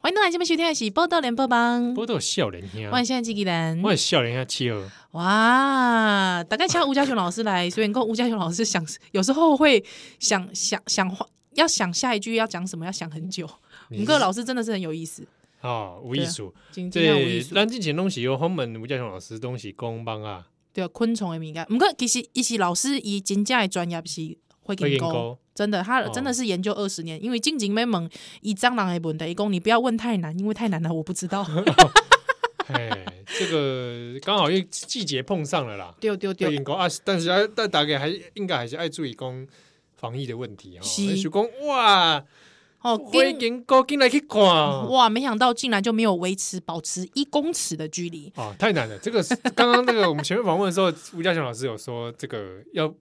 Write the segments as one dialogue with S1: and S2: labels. S1: 欢迎到来这边收听的是《报道联播帮》，
S2: 不过都有笑脸兄，
S1: 我现嗯在机器人
S2: 我。也笑脸兄企鹅，
S1: 哇，大概请吴家雄老师来，所以跟吴家雄老师想，有时候会想想想话，要想下一句要讲什么，要想很久。我
S2: 你
S1: 们
S2: 是
S1: 个老师真的是很有意思，
S2: 哦，无意思。
S1: 今天有意
S2: 这
S1: 思。
S2: 咱之前拢是有访问吴家雄老师，拢是讲帮啊，
S1: 对啊，昆虫的敏感。不过其实伊是老师，伊真正的专业是会
S2: 会
S1: 研
S2: 研
S1: 究，
S2: 究
S1: 真的，他
S2: 哦
S1: 真的是研究二十年。因为静静妹问伊蟑螂的问题，伊讲你不要问太难，因为太难了我不知 道。
S2: 哎，这个刚好因为季节碰上了啦，
S1: 对对
S2: 会
S1: 对，
S2: 研究啊，但是啊，但大概还是应该还是爱注意讲防疫的问题哈。
S1: 是
S2: 就讲哇，
S1: 哦，
S2: 我
S1: 跟
S2: 研究进来去看哦，
S1: 哇，没想到竟然就没有维持保持一公尺的距离。
S2: 哦，太难了。这个是刚刚那个我们前面访问的时候，吴家雄老师有说，这个要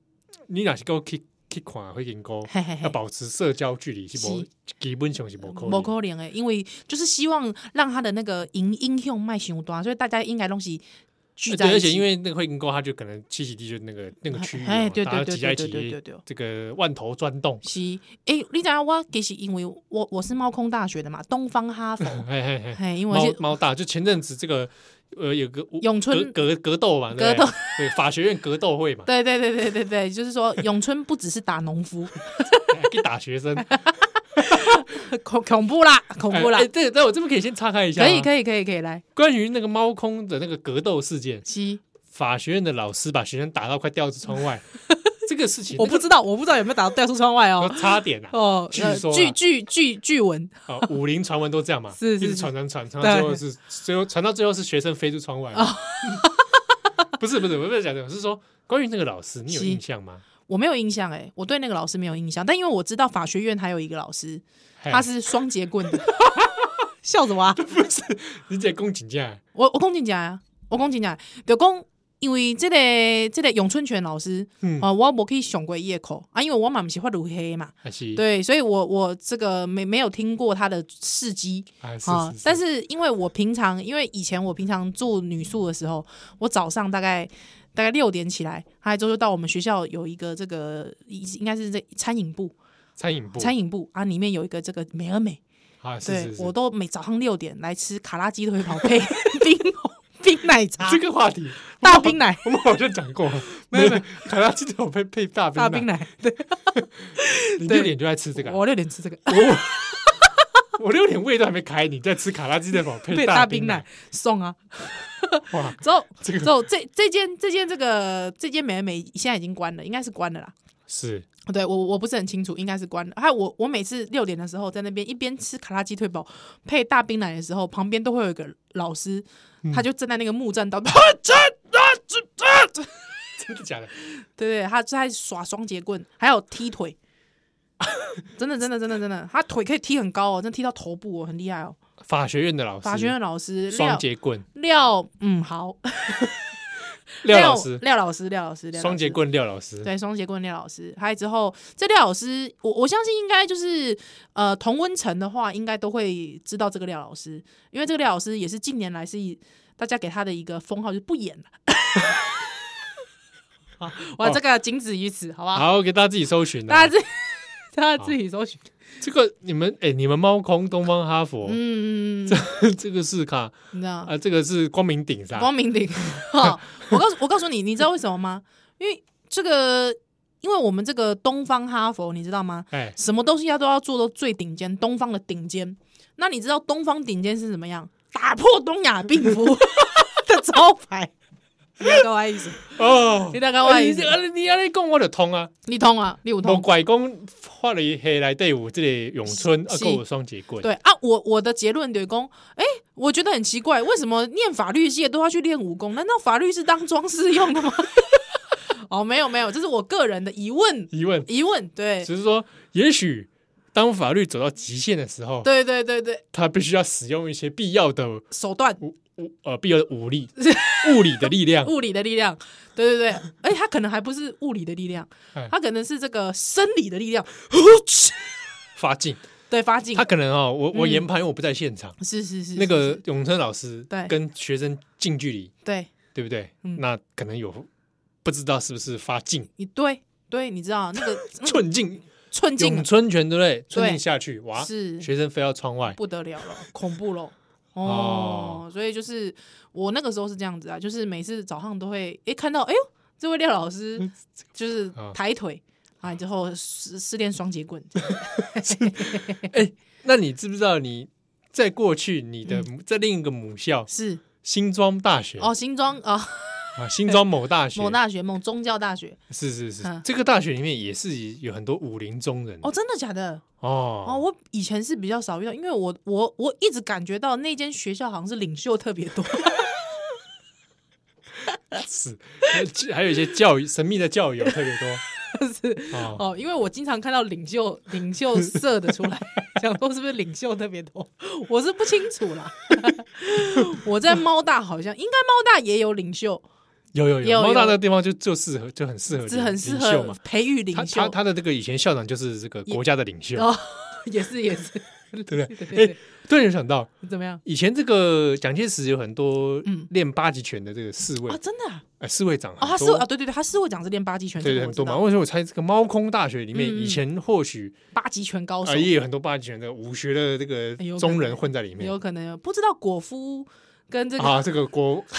S2: 你哪是够去去看会研究。
S1: 嘿嘿嘿
S2: 哦要保持社交距离是无
S1: 是
S2: 基本上是无可啊
S1: 不可能欸诶，因为就是希望让他的那个影影响卖熊多，所以大家应该东西聚
S2: 呃
S1: 在
S2: 对，
S1: 一
S2: 而
S1: 起。
S2: 且因为那个会阴沟，它就可能栖息地就那个那个区域哦，
S1: 哎，对
S2: 大
S1: 对
S2: 家
S1: 对
S2: 挤
S1: 对
S2: 在一
S1: 对对
S2: 起
S1: 对，对。
S2: 这个万头钻洞，
S1: 是，诶、你知影我其实因为我我是猫空大学的嘛，东方 哈佛，
S2: 嘿嘿嘿，
S1: 嘿，因为我
S2: 猫
S1: 是
S2: 猫大就前阵子这个呃有个武
S1: 咏春
S2: 格格格斗嘛，对不
S1: 格
S2: 对，对法学院格斗会 嘛，
S1: 对对对对对对，就是说咏春不只是打农夫，
S2: 还可以打学生，
S1: 恐恐怖啦， 恐怖啦，
S2: 哎哎对，那我这边可以先岔哎开一下，啊
S1: 可以
S2: 以。
S1: 可以可以可以来，
S2: 关于那个猫空的那个格斗事件，
S1: 七，
S2: 法学院的老师把学生打到快掉至窗 外，这个事情
S1: 我不知道我不知道有没有打到掉出窗外
S2: 那
S1: 哦
S2: 个，差点啊，
S1: 哦，
S2: 据
S1: 呃
S2: 说啦
S1: 据据据据闻，
S2: 啊，武林传闻都这样嘛，
S1: 是是
S2: 一直
S1: 是
S2: 传传传，传到最后是最后传到最后是学生飞出窗外
S1: 哦
S2: 嘛。 不是不是，我不是讲这个，我是说关于那个老师，你有
S1: 是
S2: 印象吗？
S1: 我没有印象诶、欸我对那个老师没有印象，但因为我知道法学院还有一个老师，
S2: 嘿
S1: 他是双节棍 的，笑什么、啊？
S2: 你在宫颈架
S1: 我我讲真正啊，我讲真正，就讲因为这个这个咏春拳老师，
S2: 嗯
S1: 啊，我我可以上过夜口啊，因为我妈不是法律黑嘛，
S2: 还是
S1: 对，所以我我这个没没有听过他的事迹
S2: 啊是
S1: 啊
S2: 是，，
S1: 但是因为我平常因为以前我平常住女宿的时候，我早上大概。大概六点起来，他之后就到我们学校有一个这个应该是这餐饮部，
S2: 餐饮部
S1: 餐饮部啊，里面有一个这个美而美，
S2: 啊是
S1: 对
S2: 是是
S1: 我，都每早上六点来吃卡拉鸡腿堡 配冰冰奶茶
S2: 这，个话题
S1: 大冰奶，
S2: 我们好像 讲过，没 有没有，卡拉鸡腿配配大
S1: 大冰
S2: 奶，
S1: 奶。对，
S2: 你
S1: 对
S2: 六点就在吃这个啊，
S1: 我六点吃这个
S2: 我我六点胃都还没开，你在吃卡拉鸡腿堡配
S1: 配大
S2: 冰
S1: 冰奶，送啊。
S2: 哇，
S1: 之后
S2: 这
S1: 之
S2: 个
S1: 后这这间这间这个这间美而美现在已经关了，应该是关了啦。
S2: 是
S1: 对我我不是很清楚，应该是关了。还有我我每次六点的时候在那边一边吃卡拉鸡腿堡配大冰奶的时候，旁边都会有一个老师，
S2: 嗯
S1: 他就站在那个木栈道，
S2: 真的假的？
S1: 对对，他在耍双节棍，还有踢腿， 真的真的真的真的，他腿可以踢很高哦，真的踢到头部哦，很厉害哦。
S2: 法学院的老师，
S1: 法学院老师
S2: 双
S1: 廖
S2: 节棍
S1: 廖嗯好
S2: 廖老师，
S1: 廖老师廖老师廖老师
S2: 双节棍廖老师，
S1: 对双节棍廖老师，还有之后这廖老师，我我相信应该就是呃同温层的话，应该都会知道这个廖老师，因为这个廖老师也是近年来是以大家给他的一个封号就是不演了。 好，我
S2: 哦
S1: 这个仅止于此，好不好？
S2: 好，给大家自己搜寻、
S1: 大
S2: 啊
S1: 家。自己大家自己搜寻。
S2: 这个你们哎、你们猫空东方哈佛，
S1: 嗯，嗯嗯
S2: 这个是卡
S1: 你知道
S2: 啊，这个是光明顶是吧？
S1: 光明 顶。哈我告诉我告诉你，你知道为什么吗？因为这个，因为我们这个东方哈佛，你知道吗？
S2: 哎、
S1: 什么东西它都要做到最顶尖，东方的顶尖。那你知道东方顶尖是怎么样？打破东亚病夫 的招牌。 你大概我的意思，
S2: 哦，
S1: 你大概我的
S2: 你
S1: 意
S2: 这
S1: 思，
S2: 啊你安尼讲我就通啊，
S1: 你通啊，你有
S2: 我
S1: 通。
S2: 拐公画了一黑来队伍，这里咏春啊，
S1: 是
S2: 够有双节棍，
S1: 对啊，我我的结论对公，哎、我觉得很奇怪，为什么念法律系的都要去练武功？难道法律是当装饰用 的吗？哦，没有没有，这是我个人的疑问
S2: 疑问
S1: 疑问，对
S2: 只是哦说，也许当法律走到极限的时候，
S1: 对对对对，
S2: 他必须要使用一些必要的
S1: 手段
S2: 武武呃必要的 武力、物理的力量，
S1: 物理的力量，对对对，而且他可能还不是物理的力量
S2: 哎，
S1: 他可能是这个生理的力 量，
S2: 发劲。
S1: 对发劲
S2: 他，可能哦，我
S1: 嗯
S2: 我研判，因为我不在现场。
S1: 是是是
S2: 那
S1: 是
S2: 个
S1: 是
S2: 永春老师
S1: 对
S2: 跟学生近距离，
S1: 对
S2: 对不对？
S1: 嗯
S2: 那可能有不知道是不是发劲
S1: 你对对，你知道那个
S2: 寸劲
S1: 寸啊进
S2: 咏春拳对不对？
S1: 嗯
S2: 春
S1: 对
S2: 进下去，哇，
S1: 是
S2: 学生飞到窗外，
S1: 不得了 了，恐怖喽。哦
S2: 哦，
S1: 所以就是我那个时候是这样子啊，就是每次早上都会诶看到，哎呦，这位廖老师就是
S2: 嗯啊
S1: 抬腿啊，之后失失恋双截 棍，
S2: 那你知不知道你在过去你的母在另一个母校
S1: 是
S2: 新庄大学
S1: 嗯哦，新庄啊，
S2: 啊，新庄某大学
S1: 某大学，某宗教大学，
S2: 是是是
S1: 嗯，
S2: 这个大学里面也是有很多武林中人
S1: 哦，真的假的？哦，
S2: 嗯哦
S1: 我以前是比较少遇到，因为我我我一直感觉到那间学校好像是领袖特别多，
S2: 是， 还有一些教友神秘的教友特别多
S1: 是
S2: 哦，
S1: 哦，因为我经常看到领袖领袖社的出来， 想说是不是领袖特别多，我是不清楚啦。 我在猫大好像应该猫大也有领袖，
S2: 有有
S1: 有
S2: 有，猫大
S1: 有
S2: 那个地方就就适合就很适合
S1: 是很
S2: 领
S1: 适
S2: 领袖
S1: 合
S2: 嘛。
S1: 培育领
S2: 他
S1: 袖
S2: 他，他的这个以前校长就是这个国家的领袖，
S1: 哦，也是也 是，
S2: 对不
S1: 对
S2: 对？
S1: 对
S2: 哎，突然想到
S1: 对，怎么样
S2: 以前这个蒋介石有很多
S1: 嗯
S2: 练八极拳的这个侍卫
S1: 啊？，真的啊，
S2: 呃，侍卫长
S1: 哦他
S2: 很
S1: 是
S2: 多
S1: 啊，，对对对，他是会讲是练八极拳，
S2: 对
S1: 这个
S2: 很
S1: 我
S2: 多
S1: 知
S2: 嘛。
S1: 道
S2: 为什么我猜这个猫空大学里面
S1: 嗯嗯
S2: 以前或许
S1: 八极拳高手
S2: 啊，也有很多八极拳的武学的这个
S1: 哎有可
S2: 中人
S1: 能
S2: 混在里面
S1: 有可能不知道果夫跟这个
S2: 啊。这个国，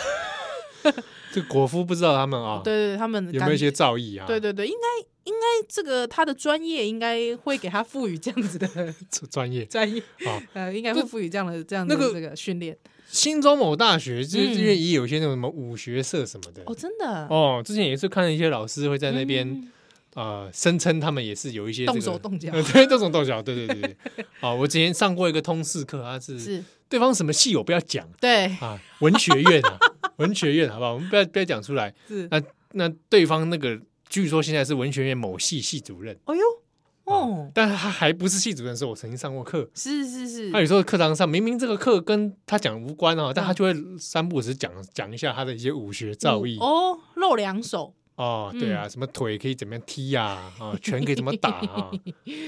S2: 这个国夫不知道他们啊，
S1: 对对，对他们
S2: 有
S1: 感
S2: 没有一些
S1: 觉？
S2: 造诣啊？
S1: 对对对，应该应该这个他的专业应该会给他赋予这样子的
S2: 专，专业
S1: 专业，
S2: 啊。
S1: 呃，应该会赋予这样的这样的
S2: 那个
S1: 这个训练。
S2: 新州某大学就是
S1: 嗯
S2: 因为也有一些那种什么武学社什么的
S1: 哦，真的
S2: 哦。之前也是看一些老师会在那边
S1: 嗯
S2: 呃声称他们也是有一些这
S1: 动
S2: 个
S1: 手动脚
S2: 呃 对，动手动脚，对对对对。 啊，我之前上过一个通识课，他是
S1: 是，
S2: 对方什么系我不要讲
S1: 对
S2: 啊，文学院 啊，文学院好不好？我们不要不要讲出来。
S1: 是。
S2: 那那对方那个据说现在是文学院某系系主任，
S1: 哎呦，
S2: 啊
S1: 哦，
S2: 但是他还不是系主任的时候，我曾经上过课。
S1: 是是是
S2: 他，有时候课堂上明明这个课跟他讲无关哦，但他
S1: 嗯
S2: 就会三不五时讲讲一下他的一些武学造诣
S1: 哦，露两手，
S2: 哦，对
S1: 嗯
S2: 啊，什么腿可以怎么样踢呀， 啊，拳可以怎么打啊，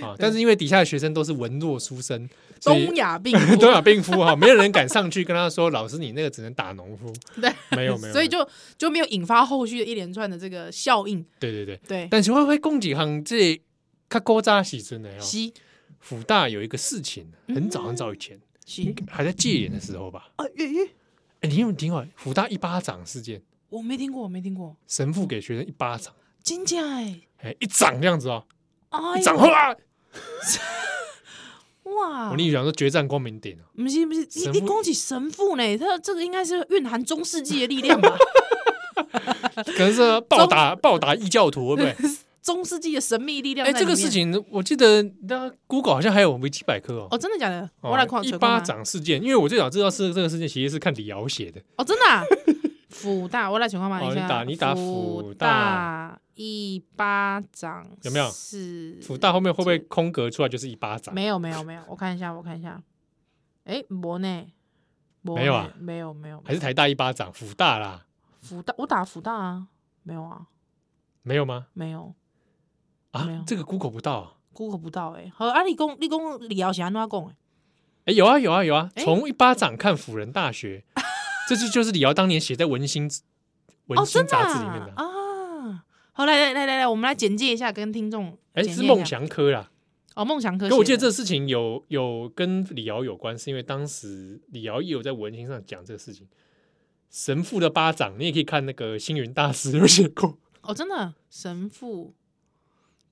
S2: 啊，但是因为底下的学生都是文弱书生，所以啊
S1: 东亚 病
S2: 东
S1: 夫，
S2: 亚病夫哈，没有人敢上去跟他说，老师你那个只能打农 夫，
S1: 对，
S2: 没有没有，
S1: 所以
S2: 没有
S1: 就就没有引发后续的一连串的这个效应。
S2: 对对对，
S1: 对，
S2: 但是会会供给行这他勾扎喜真的哦，
S1: 吸
S2: 辅大有一个事情，
S1: 嗯
S2: 很早很早以前
S1: 吸
S2: 还在戒严的时候吧，
S1: 啊，粤语
S2: 哎，你有没有听过辅大一巴掌事件？
S1: 我没听过，我没听过，
S2: 神父给学生一巴掌，
S1: 真假哎，
S2: 哎，一掌这样子哦，
S1: 哎
S2: 一掌
S1: 呦
S2: 哗！
S1: 哇，
S2: 我跟你讲说决战光明顶啊，
S1: 不是不是，你
S2: 神
S1: 你
S2: 父
S1: 恭喜神父呢？他这个应该是蕴含中世纪的力 量吧？
S2: 可 能是暴打暴打异教徒，对不对？
S1: 中世纪的神秘力量在
S2: 哎，
S1: 里面。
S2: 这个事情我记得，那 Google 好像还有维基百科哦。
S1: 哦，真的假的？
S2: 哦
S1: 我来看
S2: 一
S1: 找看
S2: 巴
S1: 看
S2: 掌事件，因为我最早知道是这个事件，其实是看李敖写的。
S1: 哦，真的啊。 辅大，我来情况嘛，
S2: 哦
S1: 一下
S2: 你打你打
S1: 辅
S2: 辅大
S1: 大啊一巴掌，
S2: 有没有
S1: 是
S2: 辅大后面会不会空格出来就是一巴掌？
S1: 没有没有没有，我看一下我看一下，哎，没呢，没
S2: 没有啊
S1: 呢没有没有，
S2: 还是台大一巴掌？辅大啦，
S1: 辅大，我打辅大啊，没有啊，
S2: 没有吗？
S1: 没有没有
S2: 啊，这个 Google 不到啊。
S1: ，Google 不到哎，和啊，你讲你讲李敖是安怎讲诶？
S2: 哎，有啊有啊有啊！
S1: 哎
S2: 从一巴掌看辅仁大 学，这就就是李敖当年写在《文心》文
S1: 哦，
S2: 心
S1: 真》的
S2: 杂志里面的啊。
S1: 啊。好，来来来来来，我们来简介一下，跟听众
S2: 哎，
S1: 简
S2: 是
S1: 介一
S2: 梦
S1: 下
S2: 祥科啦。
S1: 哦，梦想科。
S2: 可我记得这，事情有有跟李敖有关，是因为当时李敖也有在文心上讲这个事情。神父的巴掌，你也可以看那个星云大师有写过。
S1: 哦，真的神父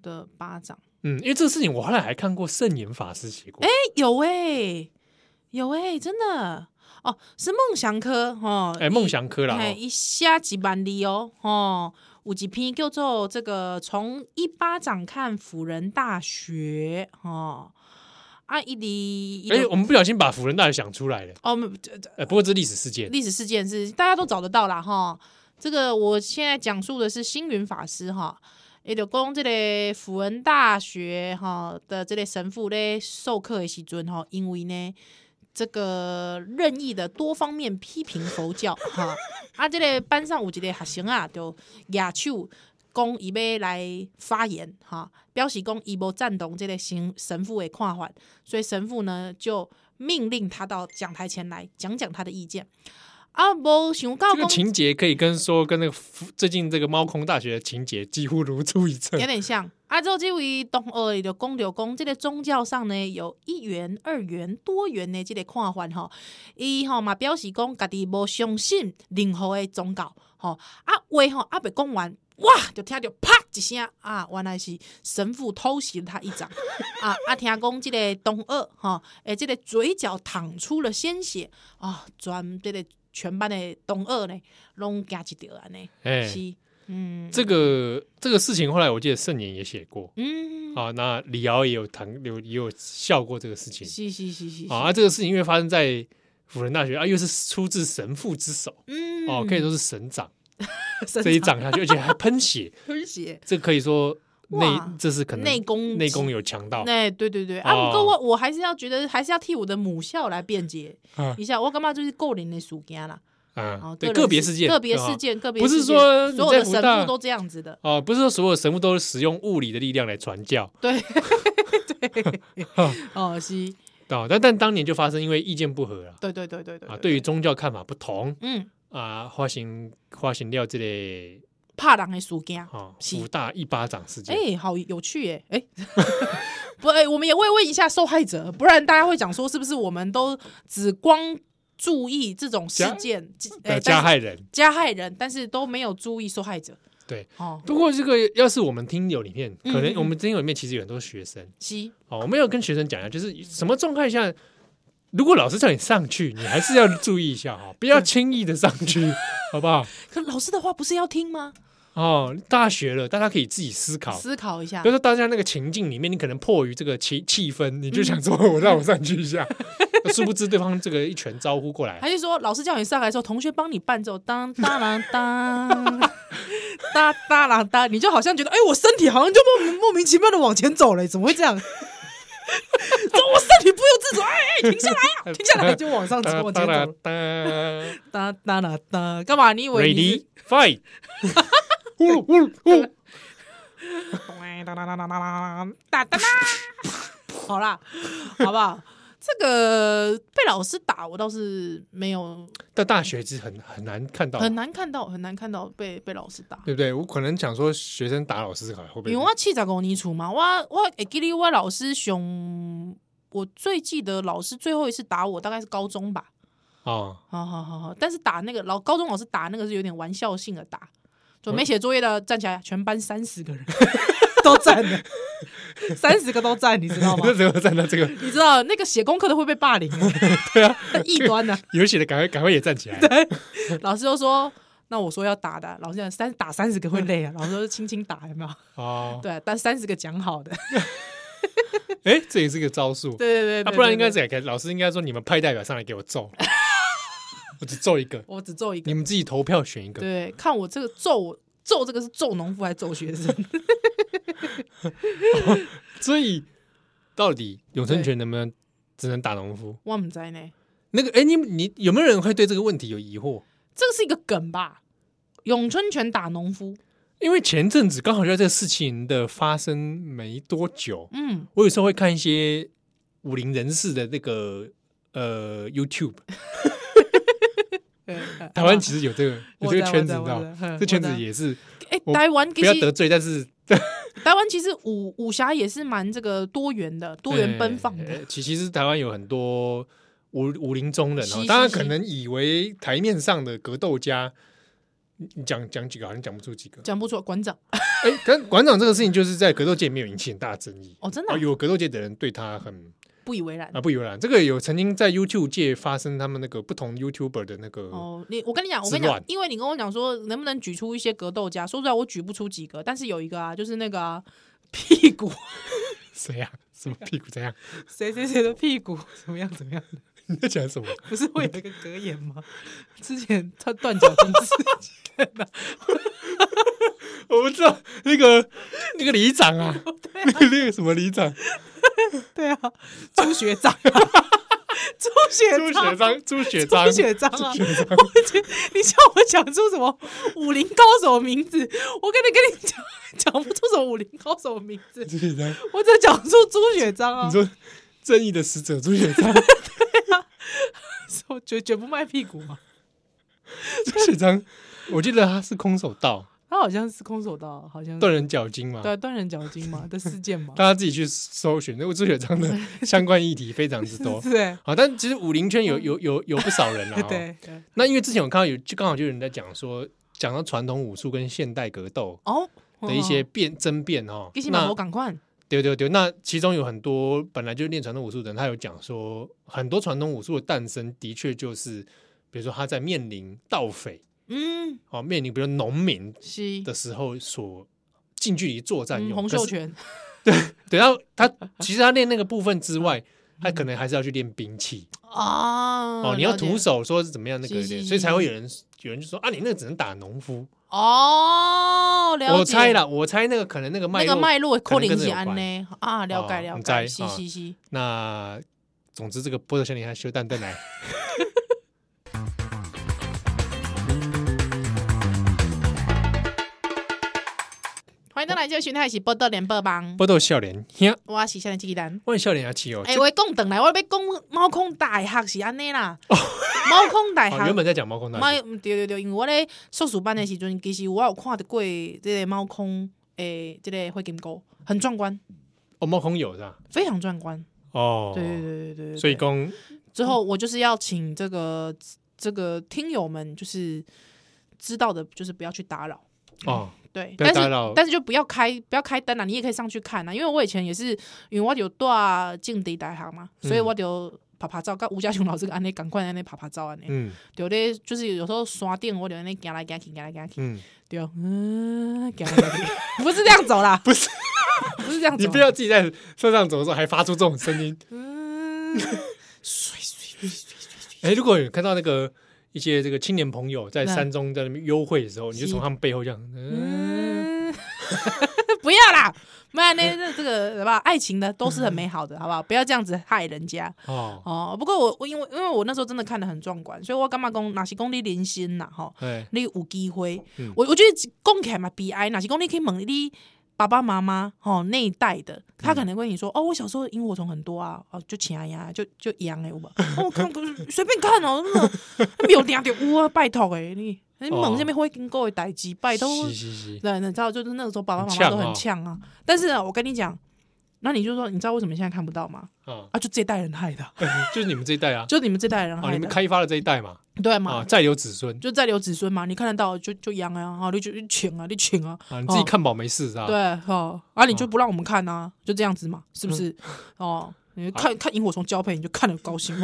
S1: 的巴掌，
S2: 嗯，因为这个事情我后来还看过圣严法师写过。哎、
S1: 哎，有哎、有哎、真的哦，是梦想科哦，
S2: 梦想科啦、
S1: 哎，
S2: 哦，
S1: 一下几万里哦，哦，有一篇叫做这个从一巴掌看辅仁大学哦，啊，一里，
S2: 哎、我们不小心把辅仁大学想出来了。
S1: 哦，没这这
S2: 哎、不过这是历史事件。
S1: 历史事件是大家都找得到啦哈。这个我现在讲述的是星云法师哈，也就讲这个辅仁大学哈的这个神父咧授课的时阵哈，因为呢这个任意的多方面批评佛教哈，啊，这个班上有一个学生啊，就举手讲伊要来发言哈，表示讲伊无赞同这个神神父的看法，所以神父呢就命令他到讲台前来讲讲他的意见。啊，无想到
S2: 这个
S1: 讲
S2: 情节可以跟说跟那个福最近这个猫空大学的情节几乎如出一辙
S1: 有。点像。啊，之后这位同学就讲着讲，这个宗教上呢有一元、二元、多元的这个看法吼，伊吼嘛表示讲家己无相信任何的宗教吼，啊话吼啊未讲完，哇就听着啪一声啊，原来是神父偷袭了他一掌啊啊！听讲这个同学吼，诶，这个嘴角淌出了鲜血啊，全这个全班的同学呢拢惊一跳安尼，
S2: 哎，
S1: 是嗯
S2: 这个这个事情后来我记得圣言也写过
S1: 嗯。
S2: 啊，那李敖也有谈有也有笑过这个事情
S1: 是是是是
S2: 啊，啊这个事情因为发生在辅仁大学啊，又是出自神父之手
S1: 嗯，
S2: 哦，可以说是神掌
S1: 身
S2: 这一
S1: 长
S2: 掌下去，而且还喷血，
S1: 喷血，
S2: 这可以说内
S1: 哇
S2: 这是可能
S1: 内功
S2: 内功有强到
S1: 哎，对对对，啊，
S2: 哦
S1: 不过我我还是要觉得，还是要替我的母校来辩解
S2: 嗯
S1: 一下，我干嘛就是个人的事件啦，
S2: 啊
S1: 哦，，
S2: 对
S1: 人
S2: 个别事件，
S1: 个别
S2: 啊
S1: 事件，个别
S2: 不是
S1: 事件
S2: 说你
S1: 所
S2: 在
S1: 有的
S2: 福
S1: 神
S2: 大
S1: 父都这样子 的，
S2: 哦，不是说所有神父都使用物理的力量来传教
S1: 对对，哦，是，
S2: 啊，但但当年就发生因为意见不合了
S1: 对对对呃对对
S2: 啊，对于，宗教看法不同
S1: 嗯，
S2: 啊，花形花形料之类
S1: 怕人的事件，
S2: 啊，
S1: 是
S2: 福大一巴掌事件，
S1: 哎，好有趣耶，哎。 不，哎、我们也慰问一下受害者，不然大家会讲说是不是我们都只光注意这种事
S2: 加
S1: 件，哎、
S2: 呃，
S1: 但
S2: 加
S1: 是
S2: 害人。
S1: 加害人，但是都没有注意受害者。
S2: 对，
S1: 哦，
S2: 不过这个要是我们听友里面，可能
S1: 嗯嗯
S2: 我们听友里面其实有很多学生
S1: 西
S2: 哦，我们要跟学生讲一下，就是什么状态下。如果老师叫你上去，你还是要注意一下 哈，不要轻易的上去，好不好？
S1: 可老师的话不是要听吗？
S2: 哦，大学了，大家可以自己思考，
S1: 思考一下
S2: 比如，说大家那个情境里面，你可能迫于这个气气氛，你就想说， 我让我上去一下，嗯殊不知对方这个一拳招呼过来，
S1: 还是说老师叫你上来的时候，同学帮你伴奏，当当啷当， 哒哒啷当，你就好像觉得，哎、我身体好像就莫名莫名其妙的往前走了，怎么会这样？ 说我身体不由自主，哎、哎、停下来啊！停下来 就往上走，往前走，
S2: 呃哒
S1: 哒哒啦哒，干嘛？你以为你
S2: ，Ready
S1: 是
S2: Fight，呼噜呼噜呼 噜，
S1: 哒哒哒哒哒哒哒哒哒，好啦，好不好？这个被老师打，我倒是没有
S2: 在大学其实很很难看到，
S1: 很难看到，很难看到被被老师打。
S2: 对不对？我可能想说学生打老师好像会不
S1: 因为
S2: 会？
S1: 我七十五年厝嘛，我我会记得我老师上，我最记得老师最后一次打我大概是高中吧，
S2: 哦，
S1: 好好好好，但是打那个老高中老师打那个是有点玩笑性的打，就没写作业的站起来，全班三十个人都站了，三十个都站，你知道吗
S2: 那？时候站到这 个
S1: 你知道那个写功课的会被霸凌，欸
S2: 对啊，
S1: 异端呢、
S2: 有写的赶快赶快也站起来，
S1: 老师就说。那我说要打的，啊老师讲三打三十个会累啊，老师说轻轻打有没有？
S2: 哦，
S1: 对啊，但三十个讲好的，
S2: 哎，这也是个招数，
S1: 对对对
S2: 啊，
S1: 对，
S2: 不然应
S1: 对
S2: 该怎样？老师应该说你们派代表上来给我揍，我只揍一个。
S1: 我只揍一个
S2: 你。们自己投票选一个。
S1: 对，看我这个揍我揍这个是揍农夫还是揍学生？
S2: 所以到底永生权能不能只能打农夫？
S1: 我们在呢，
S2: 那个，哎、你你有没有人会对这个问题有疑惑？
S1: 这个是一个梗吧？咏春拳打农夫，
S2: 因为前阵子刚好在这个事情的发生没多久，
S1: 嗯，
S2: 我有时候会看一些武林人士的那个呃 YouTube，
S1: 对
S2: 台湾其实有这个有
S1: 我
S2: 这
S1: 知
S2: 个
S1: 道
S2: 圈子，
S1: 我知道
S2: 你知道
S1: 我知道
S2: 吗？
S1: 嗯
S2: 这圈
S1: 我
S2: 子
S1: 知道
S2: 也是
S1: 哎、
S2: 我
S1: 台湾其
S2: 不要得
S1: 实
S2: 罪，但是
S1: 台湾其实武武侠也是蛮这个多元的，多元奔放
S2: 呃
S1: 的，
S2: 其其实台湾有很多武武林中人
S1: 是
S2: 哦，
S1: 是
S2: 大家可
S1: 是
S2: 能以为台面上的格斗家，你你讲讲几个好像讲不出几个。
S1: 讲不出来馆长
S2: 哎、但馆长这个事情就是在格斗界没有引起很大的争议。
S1: 哦，真的
S2: 啊，
S1: 啊、
S2: 有格斗界的人对他很
S1: 不以为然。
S2: 啊不以为然，这个有曾经在 YouTube 界发生他们那个不同 YouTuber 的那个，
S1: 哦，你我跟你讲，我跟你
S2: 之
S1: 讲
S2: 乱，
S1: 因为你跟我讲说能不能举出一些格斗家，说出来我举不出几个，但是有一个啊，就是那个、啊、 屁股
S2: 谁 呀、啊？什么屁股怎样？
S1: 谁谁谁的屁股怎么样怎么样，
S2: 你在讲什么？
S1: 不是会有一个格言吗？之前他断脚筋事件啊，
S2: 我不知道那个那个里长 啊，那个那个什么里长，
S1: 对啊，朱学长、啊，朱
S2: 朱
S1: 学长，
S2: 雪 章，朱雪章，
S1: 朱雪章啊！我觉得你叫我讲出什么武林高手名字，我跟你跟你讲讲不出什么武林高手名 字，
S2: 朱雪章。
S1: 我只讲出朱学章啊
S2: 你，说正 义的使者朱雪章，
S1: 我绝绝不卖屁股嘛。
S2: 这张我记得他是空手道
S1: 他好像是空手道，好像
S2: 断人脚筋嘛，
S1: 对断人脚筋 嘛的事件嘛，
S2: 大家自己去搜寻，那我这雪章的 相关议题非常之 多。
S1: 对
S2: 好，但其实武林圈有有有有不少 人啦、哦。
S1: 对对
S2: 那因为之前我看到有，就刚好就有人在讲说，讲到传统武术跟现代格斗
S1: 哦
S2: 的一些，辩争辩哦
S1: 给。
S2: 那
S1: 我赶快
S2: 对对对，那其中有很多本来就练传统武术的人，他有讲说，很多传统武术的诞生的确就是，比如说他在面临盗匪
S1: 嗯
S2: 哦，面临比如农民
S1: 是
S2: 的时候所近距离作战
S1: 嗯
S2: 用。
S1: 洪
S2: 可是
S1: 秀全
S2: 对，然后他其实他练那个部分之外，他可能还是要去练兵器
S1: 啊
S2: 哦。你要
S1: 了解
S2: 徒手说是怎么样那个
S1: 是是
S2: 练，
S1: 是
S2: 所以才会有人有人就说啊，你那个只能打农夫。
S1: 哦，了解
S2: 我猜啦，我猜那个可能那个脉
S1: 那
S2: 络。
S1: 个脉络扣
S2: 可能
S1: 连
S2: 跟这
S1: 起
S2: 有
S1: 安呢啊，了解
S2: 哦
S1: 了
S2: 你
S1: 解，
S2: 知
S1: 是
S2: 啊
S1: 是是，
S2: 那总之，这个波特森林还修蛋蛋来。
S1: 欢迎到来这个群台是报道联播帮，
S2: 波特笑脸，呀，
S1: 我是少年鸡蛋。
S2: 万笑脸阿奇哦。
S1: 哎、
S2: 这
S1: 我讲等来，我要讲猫空大学是安尼 啦，猫空大
S2: 哦哦，原
S1: 学。
S2: 本在讲猫空大
S1: 哎猫
S2: 学，
S1: 嗯对对对，因为我咧硕士班的时阵，其实我有看到过这个猫空诶，这个灰金菇很壮观，
S2: 哦，猫空有是吧？
S1: 非常壮观。
S2: 哦，
S1: 对对对对对对。
S2: 所以公
S1: 之后我就是要请这个这个听友们，就是知道的，就是不要去打扰。
S2: 哦，
S1: 对，
S2: 不要
S1: 但
S2: 打
S1: 是
S2: 扰
S1: 但是就不要开不要开灯啦，你也可以上去看啊，因为我以前也是，因为我有带进地大行嘛，
S2: 嗯
S1: 所以我就拍拍照，跟吴家雄老师安尼赶快安尼拍拍照安尼，
S2: 嗯
S1: 对咧，就是有时候山顶我就安尼行来行去，行来行去，
S2: 嗯，
S1: 对，嗯，行来行去， 不是这样走 啦，不是不是这样走，
S2: 你不要自己在车上走的时候还发出这种声 音。
S1: 嗯，水水水水水，
S2: 哎，如果有看到那个一些这个青年朋友在山中在那边幽会的时候，你就从他们背后这样，嗯，
S1: 嗯， 不要啦，不然那这这个好不好？爱情的都是很美好的，好不好？不要这样子害人家。
S2: 哦，
S1: 哦，不过我我因为因为我那时候真的看得很壮观，所以我感觉讲哪些讲你连心呐吼，
S2: 哎，
S1: 你有机会，
S2: 嗯
S1: 我我觉得讲起来嘛悲哀，哪些讲你可以问你爸爸妈妈吼那一代
S2: 嗯
S1: 的，他可能会跟你说、哦，我小时候萤火虫很多啊，哦就请呀，就就养哎，有吧， 哦我看随便看哦，真的没有听到有啊，拜托哎你。你
S2: 哦
S1: 猛下面会经过的代志，拜托。
S2: 嘻嘻 嘻，
S1: 对，你知道，就是那个时候爸爸妈
S2: 很
S1: 妈
S2: 呛
S1: 都很
S2: 哦
S1: 呛啊。但是啊，我跟你讲，那你就说，你知道为什么现在看不到吗？
S2: 啊，
S1: 啊，就这代人害的。
S2: 就是你们这一代 啊，
S1: 就你们这代人
S2: 啊，
S1: 害
S2: 你
S1: 的，
S2: 们开发了这一代嘛，
S1: 对
S2: 啊，
S1: 嘛？
S2: 再留子孙
S1: 就再留子孙嘛，你看得到就就养啊，好你就你请啊，你请啊，
S2: 啊，你自己看饱没事是吧？
S1: 对，哦，啊你就不让我们看啊，就这样子嘛，是不是？哦，你看看萤火虫交配，你就看得高兴，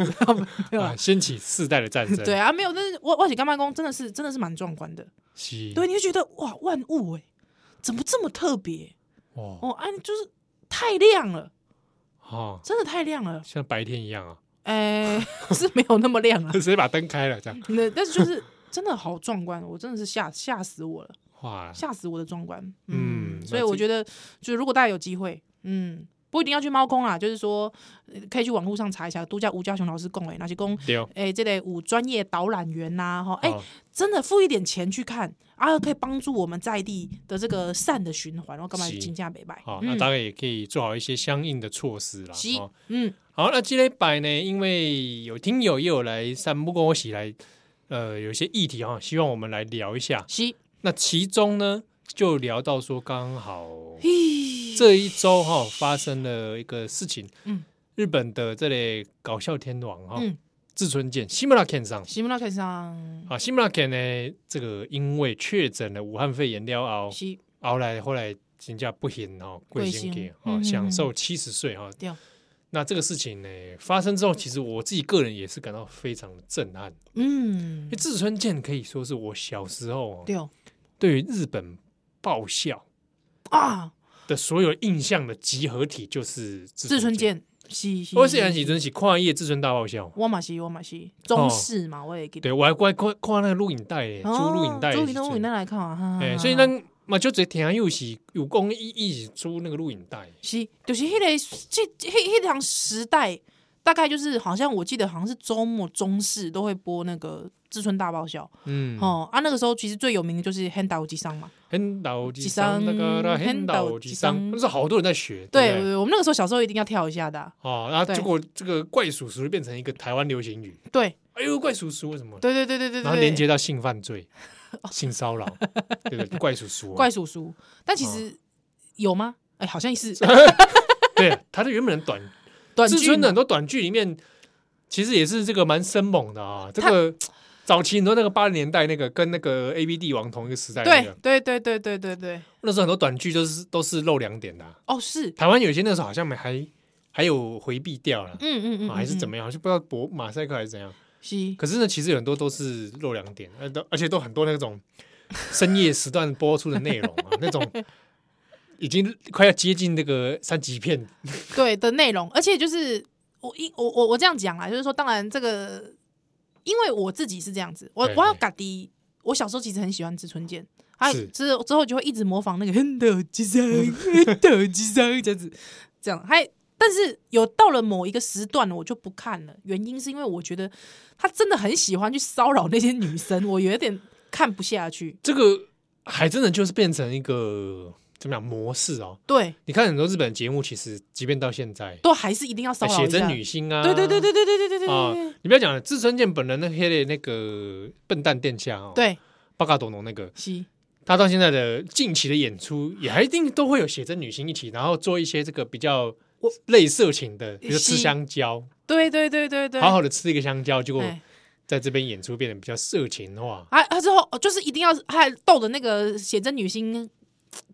S1: 对吧
S2: 啊，？掀起世代的战争，
S1: 对啊，没有，但是我我写干妈公真的是真的是蛮壮观的，
S2: 嗯是，
S1: 对，你就觉得哇，万物哎、怎么这么特别
S2: 哦，
S1: 哦？啊，就是太亮了，
S2: 哦，
S1: 真的太亮 了，
S2: 像白天一样啊，
S1: 哎、 是没有那么亮啊，
S2: 直接把灯开了这样，
S1: 那但是就是真的好壮观，我真的是吓吓死我了。
S2: 哇，
S1: 吓死我的壮观。
S2: 嗯
S1: 嗯，
S2: 那
S1: 所以我
S2: 这
S1: 觉得，就是如果大家有机会，嗯，不一定要去猫空啦，就是说呃可以去网络上查一下，度假吴家雄老师供诶，哪些供。
S2: 对哦，
S1: 诶，这类有专业导览员呐、哈，诶，
S2: 哦
S1: 真的付一点钱去看啊，可以帮助我们在地的这个善的循环，我干嘛
S2: 是
S1: 金价北拜？
S2: 好，那
S1: 嗯
S2: 大概也可以做好一些相应的措施啦。
S1: 是
S2: 哦，
S1: 嗯，
S2: 好，那积累百呢，因为有听友也有来散步跟我一起来，呃，有一些议题哈、希望我们来聊一下。
S1: 是，
S2: 那其中呢，就聊到说，刚好
S1: 咦，
S2: 这一周哈、发生了一个事情，
S1: 嗯，
S2: 日本的这类搞笑天王哈、
S1: 嗯
S2: 志村健西村健上
S1: 西木拉开上，
S2: 啊，西村健呢，这个因为确诊了武汉肺炎了后，
S1: 是，
S2: 后来后来人家不行哦，贵姓
S1: 贵姓
S2: 给
S1: 嗯
S2: 哦，
S1: 嗯
S2: 享
S1: 嗯
S2: 受七十岁哈
S1: 对。
S2: 那这个事情呢发生之后，其实我自己个人也是感到非常的震撼。因
S1: 嗯
S2: 为，志村健可以说是我小时候哦
S1: 对哦
S2: 对于日本爆笑
S1: 啊，
S2: 的所有印象的集合体，就是
S1: 志
S2: 志
S1: 村
S2: 村健。
S1: 健，是，是
S2: 我是哦很喜欢喜跨业志村大爆笑，
S1: 我嘛是，我嘛是中式嘛，我也给
S2: 对我还乖乖看那个录影带耶，
S1: 哦
S2: 租录影带的
S1: 租
S2: 时
S1: 录
S2: 阵，
S1: 影带来看啊。哈
S2: 哎，
S1: 哈
S2: 所以
S1: 哈
S2: 呢，嘛就直接听又是有公一一起租那个录影带，
S1: 是就是迄、个这迄迄堂时代，大概就是好像我记得好像是周末中视都会播那个《志村大爆笑》
S2: 嗯，
S1: 哦啊，那个时候其实最有名的就是《Hand 机上》嘛，
S2: 很倒几桑，那个啦，很倒几桑，那时候好多人在学，
S1: 对
S2: 不对？
S1: 我们那个时候小时候一定要跳一下的啊、
S2: 哦，然后
S1: 对
S2: 结果这个怪叔叔就变成一个台湾流行语，
S1: 对
S2: 哎呦，怪叔叔为什么？
S1: 对对对对对
S2: 然后连
S1: 对，
S2: 接到性 犯罪、性骚扰，对不对？怪叔叔啊，
S1: 怪叔叔，但其
S2: 嗯
S1: 实有吗？哎，好像是
S2: 对，他的原本的短
S1: 短
S2: 至
S1: 剧
S2: 尊的很
S1: 嘛
S2: 多短剧里面，其实也是这个蛮生猛的啊。这个早期很多那个八零年代那个跟那个 A B 帝王同一个时代、那
S1: 对
S2: 个，
S1: 对对对对对对，
S2: 那时候很多短剧都是都是露两点的啊、
S1: 哦是，
S2: 台湾有些那时候好像没还还有回避掉了、
S1: 嗯嗯嗯，
S2: 啊，还是怎
S1: 么
S2: 么样，就不知道博马赛克还是怎样。
S1: 是
S2: 可是呢，其实有很多都是露两点，而而且都很多那种深夜时段播出的内容啊，那种已经快要接近那个三级片
S1: 对的内容，而且就是我一我我我这样讲啦，就是说，当然这个，因为我自己是这样子，我
S2: 嘿嘿
S1: 我要嘎迪，我小时候其实很喜欢志村健，还有
S2: 是
S1: 之之后就会一直模仿那个很抖机上，很抖机上这样子，这样还。但是有到了某一个时段，我就不看了。原因是因为我觉得他真的很喜欢去骚扰那些女生，我有点看不下去。
S2: 这个还真的就是变成一个怎么样模式哦。
S1: 对，
S2: 你看很多日本节目，其实即便到现在，
S1: 都还是一定要骚
S2: 哎
S1: 扰一
S2: 写
S1: 下
S2: 真。女星啊，
S1: 对对对对对对对对对
S2: 啊
S1: 对，
S2: 你不要讲了，志村健本人那些那个笨蛋殿下哦，，
S1: 对，
S2: 巴嘎多农那个，
S1: 是，
S2: 他到现在的近期的演出，也还一定都会有写真女星一起，然后做一些这个比较类色情的，比如
S1: 是
S2: 吃香蕉，
S1: 对对对对对。
S2: 好好的吃一个香蕉，结果
S1: 哎
S2: 在这边演出变得比较色情化。
S1: 啊啊！之后哦就是一定要还逗的那个写真女星，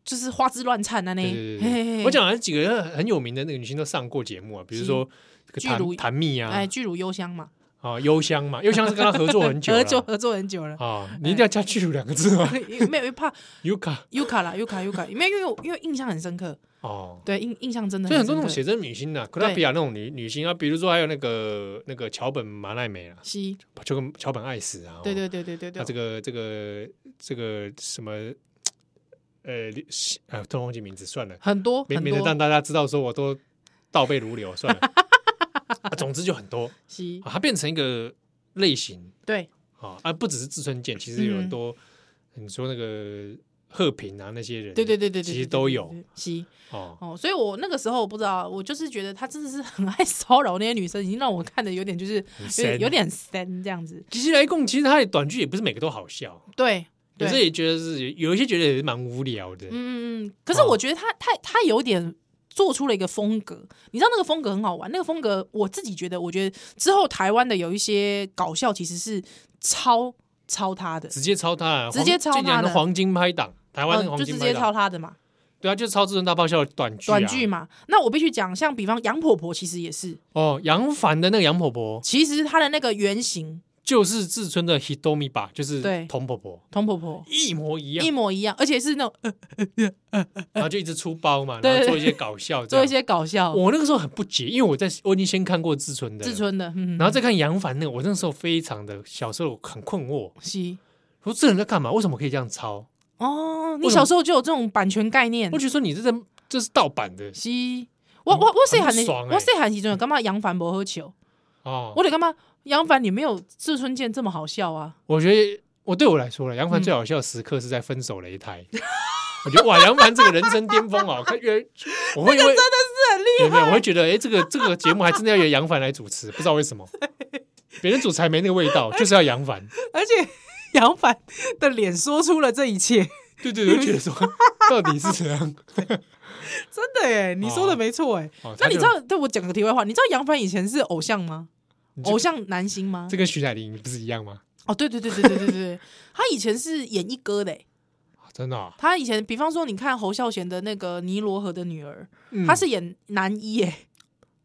S1: 就是花枝乱颤的呢。
S2: 对对对
S1: 嘿
S2: 对
S1: 嘿嘿
S2: 我讲了几个很有名的那个女星都上过节目啊，比如说这个
S1: 巨乳
S2: 谭谭蜜啊
S1: 哎，，巨乳幽香嘛，
S2: 啊，幽香嘛，幽香是跟他合作很久了
S1: 合作合作很久 了，
S2: 啊，你一定要加巨乳两个 字吗
S1: 因为没有因为怕
S2: ？Yuka
S1: Yuka 啦，Yuka Yuka，因为因为我因为印象很深刻，
S2: 哦，
S1: 对印印象真的
S2: 所以很多
S1: 深
S2: 那种
S1: 刻
S2: 写真女星啊，克拉比亚那种女女星啊，比如说还有那个那个桥本麻奈美啊，
S1: 西，
S2: 就跟桥本爱死啊，
S1: 对对对对对
S2: 那
S1: 对，
S2: 这个这个这个什么呃西啊，突然忘记名字，算了，
S1: 很多
S2: 免
S1: 很
S2: 免得让
S1: 多
S2: 大家知道说我都倒背如流，算了。 啊总之就很多，
S1: 西，
S2: 啊它变成一个类型
S1: 对
S2: 啊，啊，不只是志村健，其实有很
S1: 嗯
S2: 多，你说那个贺平啊那些人，
S1: 对对对对对，
S2: 其
S1: 对
S2: 实都
S1: 对
S2: 有
S1: 对对西
S2: 哦，
S1: 哦，所以我那个时候我不知道，我就是觉得他真的是很爱骚扰那些女生，已经让我看的有点就是有
S2: 很
S1: 点
S2: 深
S1: 有点深这样子，
S2: 其实来共，其实他的短剧也不是每个都好笑，
S1: 对。对。
S2: 有时候也觉得是有一些觉得也是蛮无聊的，
S1: 嗯嗯嗯，可是我觉得他他他有点做出了一个风格，你知道那个风格很好玩，那个风格我自己觉得，我觉得之后台湾的有一些搞笑其实是抄抄他的，
S2: 直接抄他啊，
S1: 直接抄他的
S2: 这两个黄金拍档，台湾那个
S1: 嗯，
S2: 黄
S1: 就
S2: 金
S1: 直
S2: 拍
S1: 接
S2: 档，
S1: 抄他的嘛，
S2: 对啊，就是抄《至尊大爆笑》的短剧、啊，
S1: 短剧嘛。那我必须讲，像比方杨婆婆，其实也是，
S2: 哦，杨凡的那个杨婆婆
S1: 其实她的那个原型
S2: 就是志村的 Hitomi 吧，就是
S1: 对
S2: 童婆婆。
S1: 童婆婆
S2: 一模一样
S1: 一，模一样，而且是那种呃
S2: 然后就一直出 包嘛，
S1: 对
S2: 然后做一些搞笑，哦
S1: 做一。些搞笑
S2: 我那个时候很不解，因为我在我已经先看过志村的了，
S1: 自尊的，嗯，
S2: 啊然后再看杨凡那个，我那时候非常的小时候很困惑，我
S1: 西
S2: 说这人在干嘛？为什么可以这样抄？
S1: 哦，
S2: 为
S1: 你
S2: 什么
S1: 小时候就有这种版权概念
S2: 我，觉得说你这是这是盗版的
S1: 是，我我我细汉
S2: 很
S1: 的，
S2: 不爽欸
S1: 我细汉时阵，感觉杨凡无好笑，
S2: 哦。我
S1: 我得干嘛？杨凡你没有志村健这么好笑啊？
S2: 我觉得我对我来说了，杨凡最好笑的时刻是在分手擂台。 我觉得哇，杨凡这个人生巅峰啊！我看越来越我会因为真的是很厉害，我会觉得哎，这个这个节目还真的要由杨凡来主持，不知道为什么，别人主持还没那个味道，就是要杨凡。
S1: 而且 杨凡的脸说出了这一切，
S2: 对对，对我就觉得说 到底是怎样？
S1: 真的哎，你说的没错哎。
S2: 哦
S1: 那
S2: 他
S1: 你
S2: 就
S1: 知道，对我讲个题外话，你知道杨凡以前是偶像吗？
S2: 你这
S1: 偶像男星吗
S2: 这？跟徐乃麟不是一样吗？
S1: 哦，对对对对对对对对， 他以前是演一哥的欸。
S2: 啊真的啊，
S1: 他以前，比方说，你看侯孝贤的那个《尼罗河的女儿》，
S2: 嗯
S1: 他是演男一耶。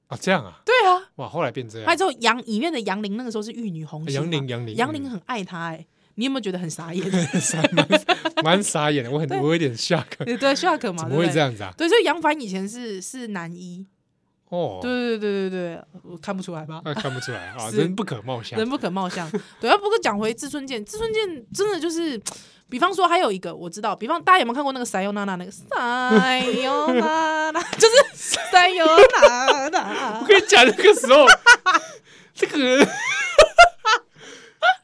S2: 啊这样啊，
S1: 对啊，
S2: 哇，后来变这样
S1: 还。之后杨里面的杨玲那个时候是玉女红星嘛，
S2: 杨玲杨 玲
S1: 杨
S2: 嗯
S1: 玲很爱他哎，你有没有觉 得很傻眼？
S2: 蛮傻眼的，我很我有点 shock，
S1: 对，shock 嘛，对
S2: 怎么
S1: 不
S2: 会
S1: 对
S2: 这样子啊？
S1: 对，所以杨凡以前是是男一，
S2: 哦，
S1: 对对对对对，我看不出来吧？
S2: 那看不出来啊，
S1: 是
S2: 人不可貌相
S1: 人不可貌相。对，啊，不过讲回志村健，志村健真的就是，比方说还有一个我知道，比方大家有没有看过那个《塞尤娜娜》那个《塞尤娜 娜》，就是《塞尤娜娜
S2: 我》。跟你讲，那个时候，这个人，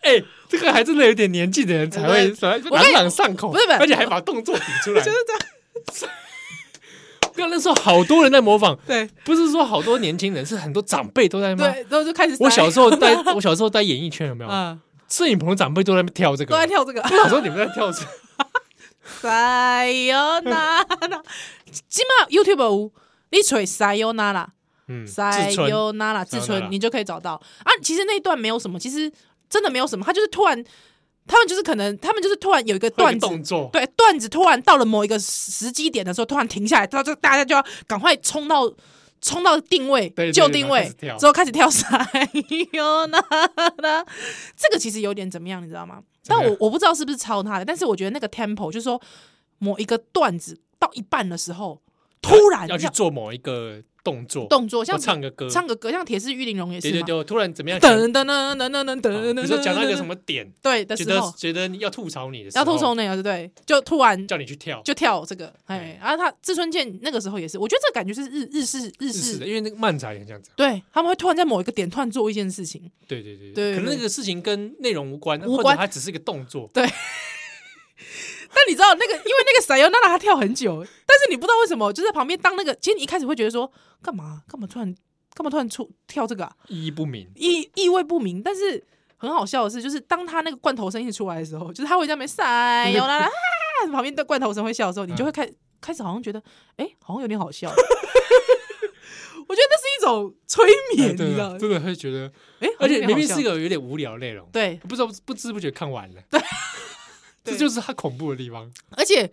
S2: 哎，这个还真的有点年纪的人才会
S1: 我
S2: 朗
S1: 跟你
S2: 朗上口，
S1: 不是不是
S2: 而且还把动作比出来
S1: 就。是这样。
S2: 不要那时候好多人在模仿，
S1: 对
S2: 不是说好多年轻人，是很多长辈都在吗？
S1: 对，然后就开始塞。
S2: 我小时候在， 我小时候在演艺圈有没有？
S1: 嗯，
S2: 摄影棚的长辈都在那边跳这
S1: 都在
S2: 个，
S1: 跳这个。
S2: 我想说你们在跳什 么？
S1: Sayonara，起码 YouTube 有你吹 Sayonara
S2: 嗯，自存
S1: Sayonara 自存
S2: Sayonara，
S1: 你就可以找到啊。其实那一段没有什么，其实真的没有什么，他就是突然，他们就是可能，他们就是突然有一个
S2: 会有一
S1: 段
S2: 个
S1: 子。
S2: 动作，
S1: 对，段子突然到了某一个时时机点的时候，突然停下来，他就大家就要赶快冲到冲到定位，
S2: 对对
S1: 就
S2: 对
S1: 定
S2: 然后开
S1: 位
S2: 始跳
S1: 之后开始跳Sayonara，这个其实有点怎么样，你知道吗？
S2: 怎
S1: 但
S2: 么样
S1: 我我不知道是不是抄他的，但是我觉得那个 tempo 就是说某一个段子到一半的时候，突然
S2: 要去做某一个动作，
S1: 动作，
S2: 或
S1: 像
S2: 唱个歌，
S1: 唱个歌，像《铁丝玉玲珑》也
S2: 对
S1: 是
S2: 对
S1: 嘛，
S2: 对，突然怎么样？想
S1: 噔噔噔噔噔噔噔
S2: 哦
S1: 噔，
S2: 比如说讲到一个什
S1: 噔
S2: 么点，
S1: 对的
S2: 觉
S1: 时
S2: 得
S1: 候，
S2: 觉得你要吐槽你的时
S1: 要
S2: 候，
S1: 吐槽那个，对不对？就突然
S2: 叫你去跳，
S1: 就跳这个，哎，然后他志村健那个时候也是，我觉得这感觉是日日式日
S2: 是的，
S1: 式，
S2: 因为那个漫才也这样子，
S1: 对他们会突然在某一个点突然做一件事情，
S2: 对对对
S1: 对
S2: 可能那个事情跟内容无关，
S1: 无
S2: 或者
S1: 关
S2: 它只是一个动作，
S1: 但你知道那个，因为那个 Sayonara 他跳很久，但是你不知道为什么，就在旁边当那个，其实你一开始会觉得说干嘛干嘛突然干嘛突然出跳这个啊，
S2: 意义 不明。
S1: 意意味不明，但是。很好笑的是，就是当他那个罐头声一出来的时候，就是他会在那边
S2: 嗯
S1: 塞，有啦啦，啊旁边的罐头声会笑的时候，你就会开、开始好像觉得，哎、好像有点好笑。我 觉得那是一种催眠，
S2: 哎
S1: 你
S2: 对
S1: 知道
S2: 啊
S1: 吗？
S2: 真的会觉得，
S1: 哎、
S2: 而且明明是一
S1: 个
S2: 个有点无聊内容，
S1: 对，
S2: 不知道不知不觉看完了，
S1: 对
S2: 这就是它恐怖的地方。
S1: 而且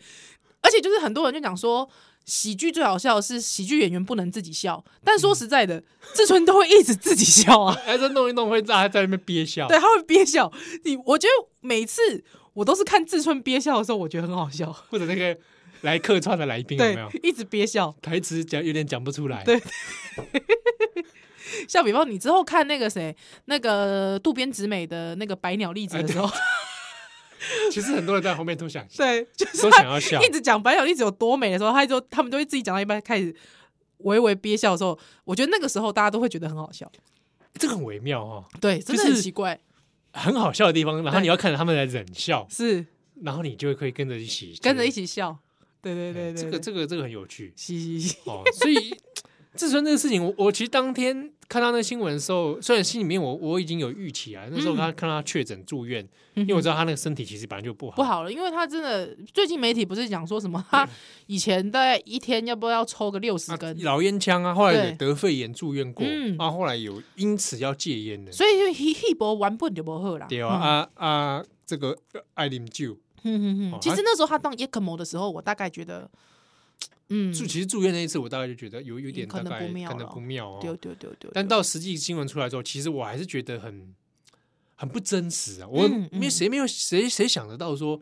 S1: 而且就是很多人就讲说，喜剧最好笑的是喜剧演员不能自己笑，但
S2: 嗯
S1: 说实在的，志村都会一直自己笑 啊，
S2: 哎，这弄一弄会大家在那边憋笑，
S1: 对，他会憋笑。你我觉得每次我都是看志村憋笑的时候，我觉得很好笑，
S2: 或者那个来客串的来宾有
S1: 对
S2: 没有，
S1: 一直憋笑。
S2: 台词讲有点讲不出来？
S1: 对像比方你之后看那个谁，那个渡边直美的那个《百鸟栗子》的时候，
S2: 其实很多人在后面都想
S1: 对，就是
S2: 哎都
S1: 他
S2: 想要笑
S1: 一，直讲百鸟栗子有多美的时候，他就他们都会自己讲到一半开始微微憋笑的时候，我觉得那个时候大家都会觉得很好笑。
S2: 这个很微妙哦，
S1: 对，真的
S2: 就
S1: 很
S2: 是
S1: 奇怪，
S2: 很好笑的地方。然后
S1: 对
S2: 你要看着他们来忍笑，
S1: 是
S2: 然后你就会跟着一起
S1: 跟着一
S2: 起。
S1: 起笑。对对对
S2: 哎
S1: 对，
S2: 这个这个这个很有趣
S1: 嘻嘻嘻，
S2: 哦。所以自尊这个事情，我我其实当天看到那新闻的时候，虽然心里面我我已经有预期啊，那
S1: 嗯
S2: 时候他看到他确诊住院，因为我知道他那个身体其实本来就不好，啊
S1: 不好了，因为他真的最近媒体不是讲说什么，他以前大概一天要不要抽个六十
S2: 啊
S1: 根，
S2: 老烟枪啊，后来
S1: 对
S2: 也得肺炎住院过，
S1: 嗯
S2: 啊，后来有因此要戒烟的，
S1: 所以就 he he 博玩不就不喝啦。嗯
S2: 对啊啊啊，这个呃爱啉酒，
S1: 嗯嗯
S2: 哦
S1: 嗯，其实那时候他当 ECMO 的时候，我大概觉得，嗯，
S2: 住其实住院那一次，我大概就觉得有有点
S1: 嗯
S2: 大
S1: 可能
S2: 概
S1: 不妙
S2: 可能
S1: 了
S2: 不妙哦，
S1: 丢丢丢丢，
S2: 但
S1: 丢
S2: 到实际新闻出来之后，其实我还是觉得很很不真实啊！我
S1: 嗯
S2: 因为
S1: 嗯
S2: 谁没有谁谁想得到说